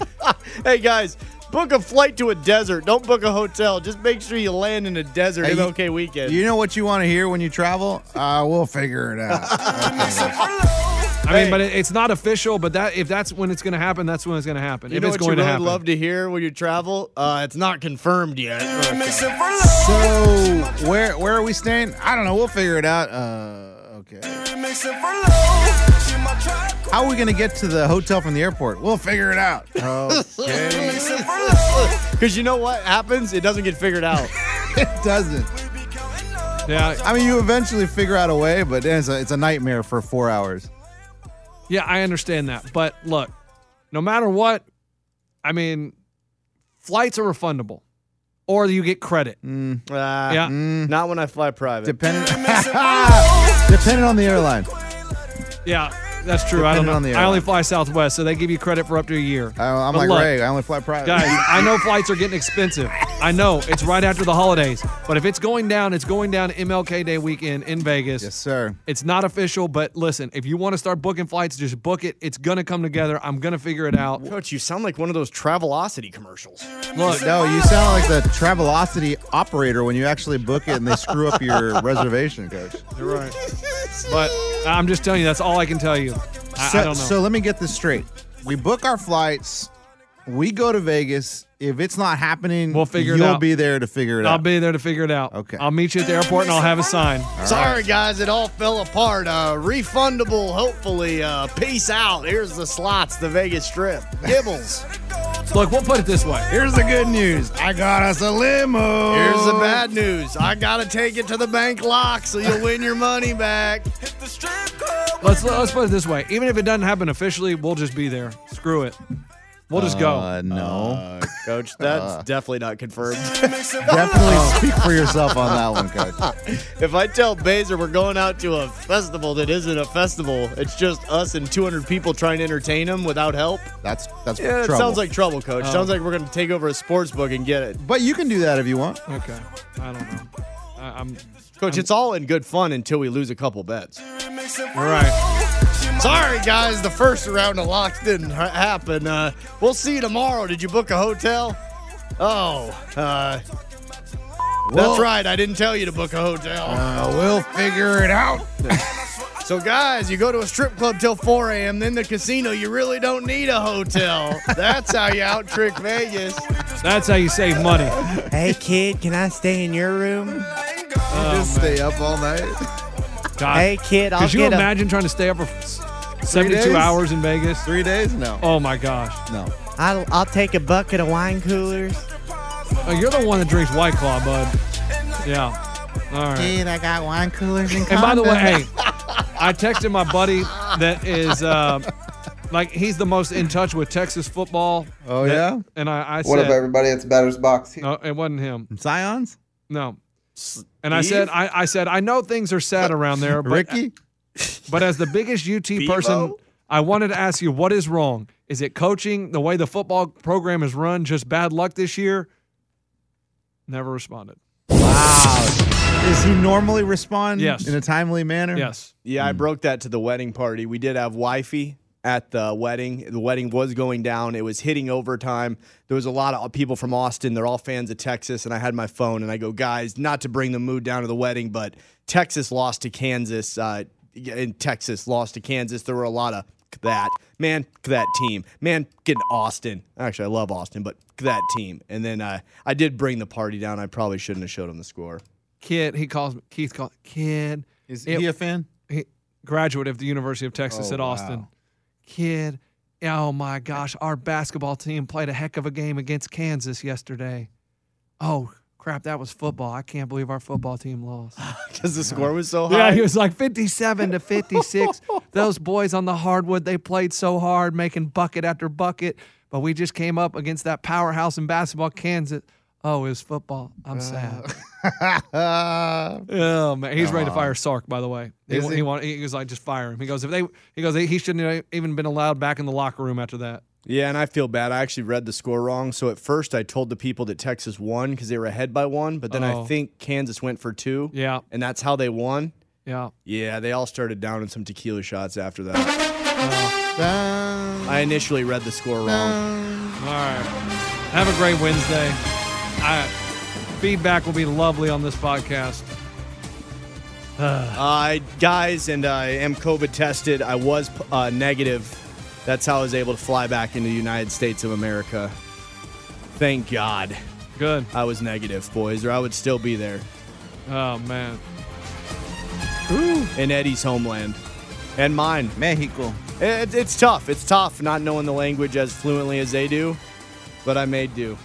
hey guys, book a flight to a desert. Don't book a hotel. Just make sure you land in a desert. Hey, you- MLK weekend. You know what you want to hear when you travel? Uh, we'll figure it out. I mean, but it, it's not official. But that if that's when it's going to happen, that's when it's going to happen. You if know it's what going you to really happen. love to hear when you travel? Uh, it's not confirmed yet. so where where are we staying? I don't know. We'll figure it out. Uh, okay. How are we gonna get to the hotel from the airport? We'll figure it out. Okay. Because you know what happens? It doesn't get figured out. it doesn't. yeah, I mean, you eventually figure out a way, but then it's a, it's a nightmare for four hours. Yeah, I understand that. But look, no matter what, I mean, flights are refundable or you get credit. Mm. Uh, Yeah. Not when I fly private. Depending, depending on the airline. Yeah. That's true. I don't Depending know. on the I only airline. fly Southwest, so they give you credit for up to a year. I'm But like look, Ray. I only fly private. Guys, I know flights are getting expensive. I know it's right after the holidays, but if it's going down, it's going down MLK Day weekend in Vegas. Yes, sir. It's not official, but listen, if you want to start booking flights, just book it. It's gonna come together. I'm gonna figure it out. Coach, you sound like one of those Travelocity commercials. Look, no, you sound like the Travelocity operator when you actually book it and they screw up your reservation, coach. You're right. But I'm just telling you, that's all I can tell you. I, so, I don't know. so let me get this straight. We book our flights. We go to Vegas. If it's not happening, We'll figure it you'll out. be there to figure it I'll out. be there to figure it out. Okay. I'll meet you at the airport and I'll have a sign. Sorry, guys, it all fell apart. Uh, refundable, hopefully. Uh, peace out. Here's the slots, the Vegas Strip. Gibbles. Look, we'll put it this way. Here's the good news. I got us a limo. Here's the bad news. I gotta take it to the bank lock so you'll win your money back. Let's let's put it this way. Even if it doesn't happen officially, we'll just be there. Screw it. We'll just go. Uh, no. Coach, that's Uh. definitely not confirmed. Definitely speak for yourself on that one, coach. if I tell Baser we're going out to a festival that isn't a festival, it's just us and 200 people trying to entertain him without help. That's that's Yeah, it trouble. sounds like trouble, Coach. Oh. Sounds like we're gonna take over a sports book and get it. But you can do that if you want. Okay. I don't know. I, I'm Coach, it's all in good fun until we lose a couple bets. All right. Sorry, guys, the first round of locks didn't ha- happen. Uh, we'll see you tomorrow. Did you book a hotel? Oh, uh, that's Well- right. I didn't tell you to book a hotel. Uh, we'll figure it out. So, guys, you go to a strip club till 4 a.m., then the casino. You really don't need a hotel. That's how you out trick Vegas. That's how you save money. Hey, kid, can I stay in your room? just stay up all night. God. Hey, kid, I'll Could you get a- imagine trying to stay up for s- 72 days? hours in Vegas? Three days? No. Oh my gosh. No. I'll, I'll take a bucket of wine coolers. Oh, you're the one that drinks White Claw, bud. Yeah. All right. Kid, I got wine coolers and And by the way, hey, condoms. I texted my buddy that is uh, like he's the most in touch with Texas football. Oh, That- yeah? And I, I said, What up, everybody? It's Batter's Box. here. No, it wasn't him. Scions? No. And I said, I, I said, I know things are sad around there, but Ricky? but as the biggest UT person, I wanted to ask you, what is wrong? Is it coaching? The way the football program is run, just bad luck this year? Never responded. Does he normally respond Yes. in a timely manner? Yes. Yeah, I broke that to the wedding party. We did have wifey at the wedding. The wedding was going down. It was hitting overtime. There was a lot of people from Austin. They're all fans of Texas. And I had my phone and I go, guys, not to bring the mood down to the wedding, but Texas lost to Kansas. Uh, and Texas lost to Kansas. There were a lot of that man, that team, man, getting Austin. Actually, I love Austin, but that team. And then uh, I did bring the party down. I probably shouldn't have showed him the score. Kid, he calls me. Keith calls Kid. Is it- he a fan? He, graduate of the University of Texas Oh, at Austin. wow. Kid, oh my gosh, our basketball team played a heck of a game against Kansas yesterday. Oh crap, that was football. I can't believe our football team lost. Because the score was so high. Yeah, he was like 57 to 56. Those boys on the hardwood, they played so hard, making bucket after bucket. But we just came up against that powerhouse in basketball, Kansas. Oh, it was football. Uh, I'm sad. Oh man, he's Come ready to on. fire Sark. By the way, he, Is wa- he? he? wa- he was like, just fire him. He goes, if they, he goes, he shouldn't have even been allowed back in the locker room after that. Yeah, and I feel bad. I actually read the score wrong. So at first, I told the people that Texas won because they were ahead by one, but then Oh. I think Kansas went for two. Yeah. And that's how they won. Yeah, Yeah, they all started down in some tequila shots after that. um, I initially read the score wrong. Uh, All right. Have a great Wednesday. I, feedback will be lovely on this podcast. I, guys, and I am COVID tested. I was p- uh, negative. That's how I was able to fly back into the United States of America. Thank God. Good. I was negative, boys, or I would still be there. Oh man. in Eddie's homeland and mine, Mexico. It, it's tough. It's tough not knowing the language as fluently as they do, but I made do.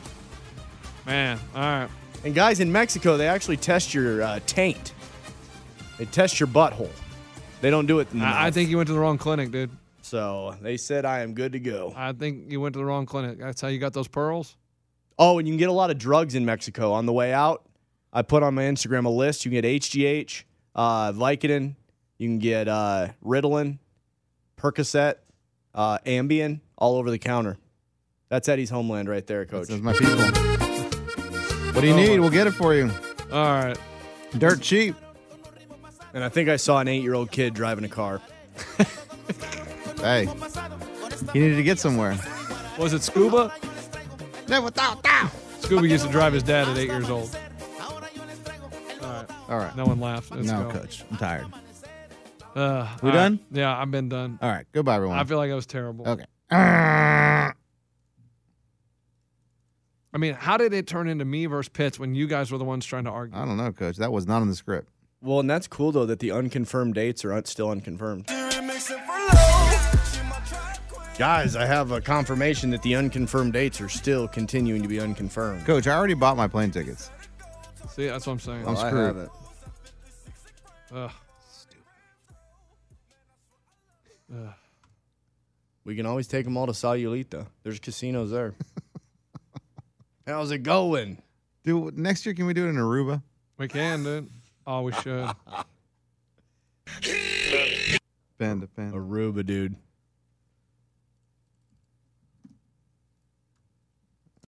Man, all right. And guys, in Mexico, they actually test your uh, taint. They test your butthole. They don't do it. In the I, I mouth. think you went to the wrong clinic, dude. so. They said I am good to go. I think you went to the wrong clinic. That's how you got those pearls. Oh, and you can get a lot of drugs in Mexico on the way out. I put on my Instagram a list. You can get HGH, uh, Vicodin. You can get uh, Ritalin, Percocet, uh, Ambien, all over the counter. That's Eddie's homeland right there, Coach. That's my people. What do you need? We'll get it for you. All right. Dirt cheap. And I think I saw an eight-year-old kid driving a car. hey, he needed to get somewhere. Was it Scuba? Never thought that. Scuba used to drive his dad at eight years old. All right. All right. No one laughed. Let's no, go. coach. I'm tired. Uh, We all right. done? Yeah, I've been done. All right. Goodbye, everyone. I feel like I was terrible. Okay. I mean, how did it turn into me versus Pitts when you guys were the ones trying to argue? I don't know, coach. That was not in the script. Well, and that's cool though that the unconfirmed dates are un- still unconfirmed. Guys, I have a confirmation that the unconfirmed dates are still continuing to be unconfirmed. Coach, I already bought my plane tickets. See, that's what I'm saying. I'm screwed. Ugh. Ugh. We can always take them all to Sayulita. There's casinos there. How's it going? Dude, next year can we do it in Aruba? We can, dude. Oh, we should. Panda, panda. Aruba, dude.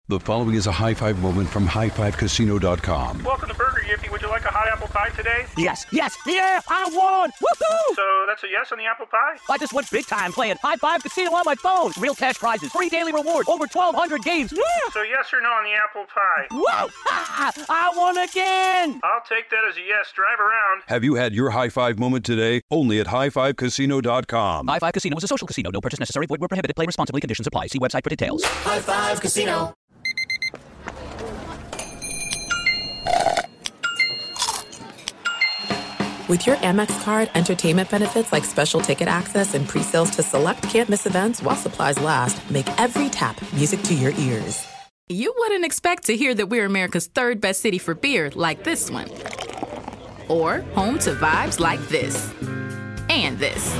The following is a high five moment from highfivecasino.com. Welcome to Burger Yippee. Would you like a hot apple pie today? Yes, yes, yeah, I won! Woohoo! So that's a yes on the apple pie? I just went big time playing High Five Casino on my phone. Real cash prizes, free daily rewards, over 1,200 games. Yeah! So yes or no on the apple pie? Whoa! Ha! I won again! I'll take that as a yes. Drive around. Have you had your high five moment today? Only at highfivecasino.com. High Five Casino is a social casino. No purchase necessary. Void where prohibited. Play responsibly. Conditions apply. See website for details. High Five Casino. With your Amex card, entertainment benefits like special ticket access and pre-sales to select campus events while supplies last, make every tap music to your ears. You wouldn't expect to hear that we're America's third best city for beer like this one. Or home to vibes like this. And this.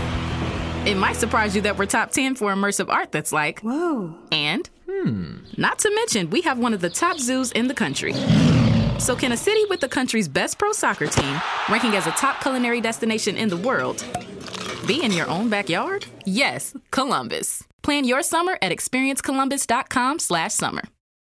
It might surprise you that we're top 10 for immersive art that's like. Whoa. And. Hmm. Not to mention, we have one of the top zoos in the country. So, can a city with the country's best pro soccer team, ranking as a top culinary destination in the world, be in your own backyard? Yes, Columbus. Plan your summer at experiencecolumbus.com/summer.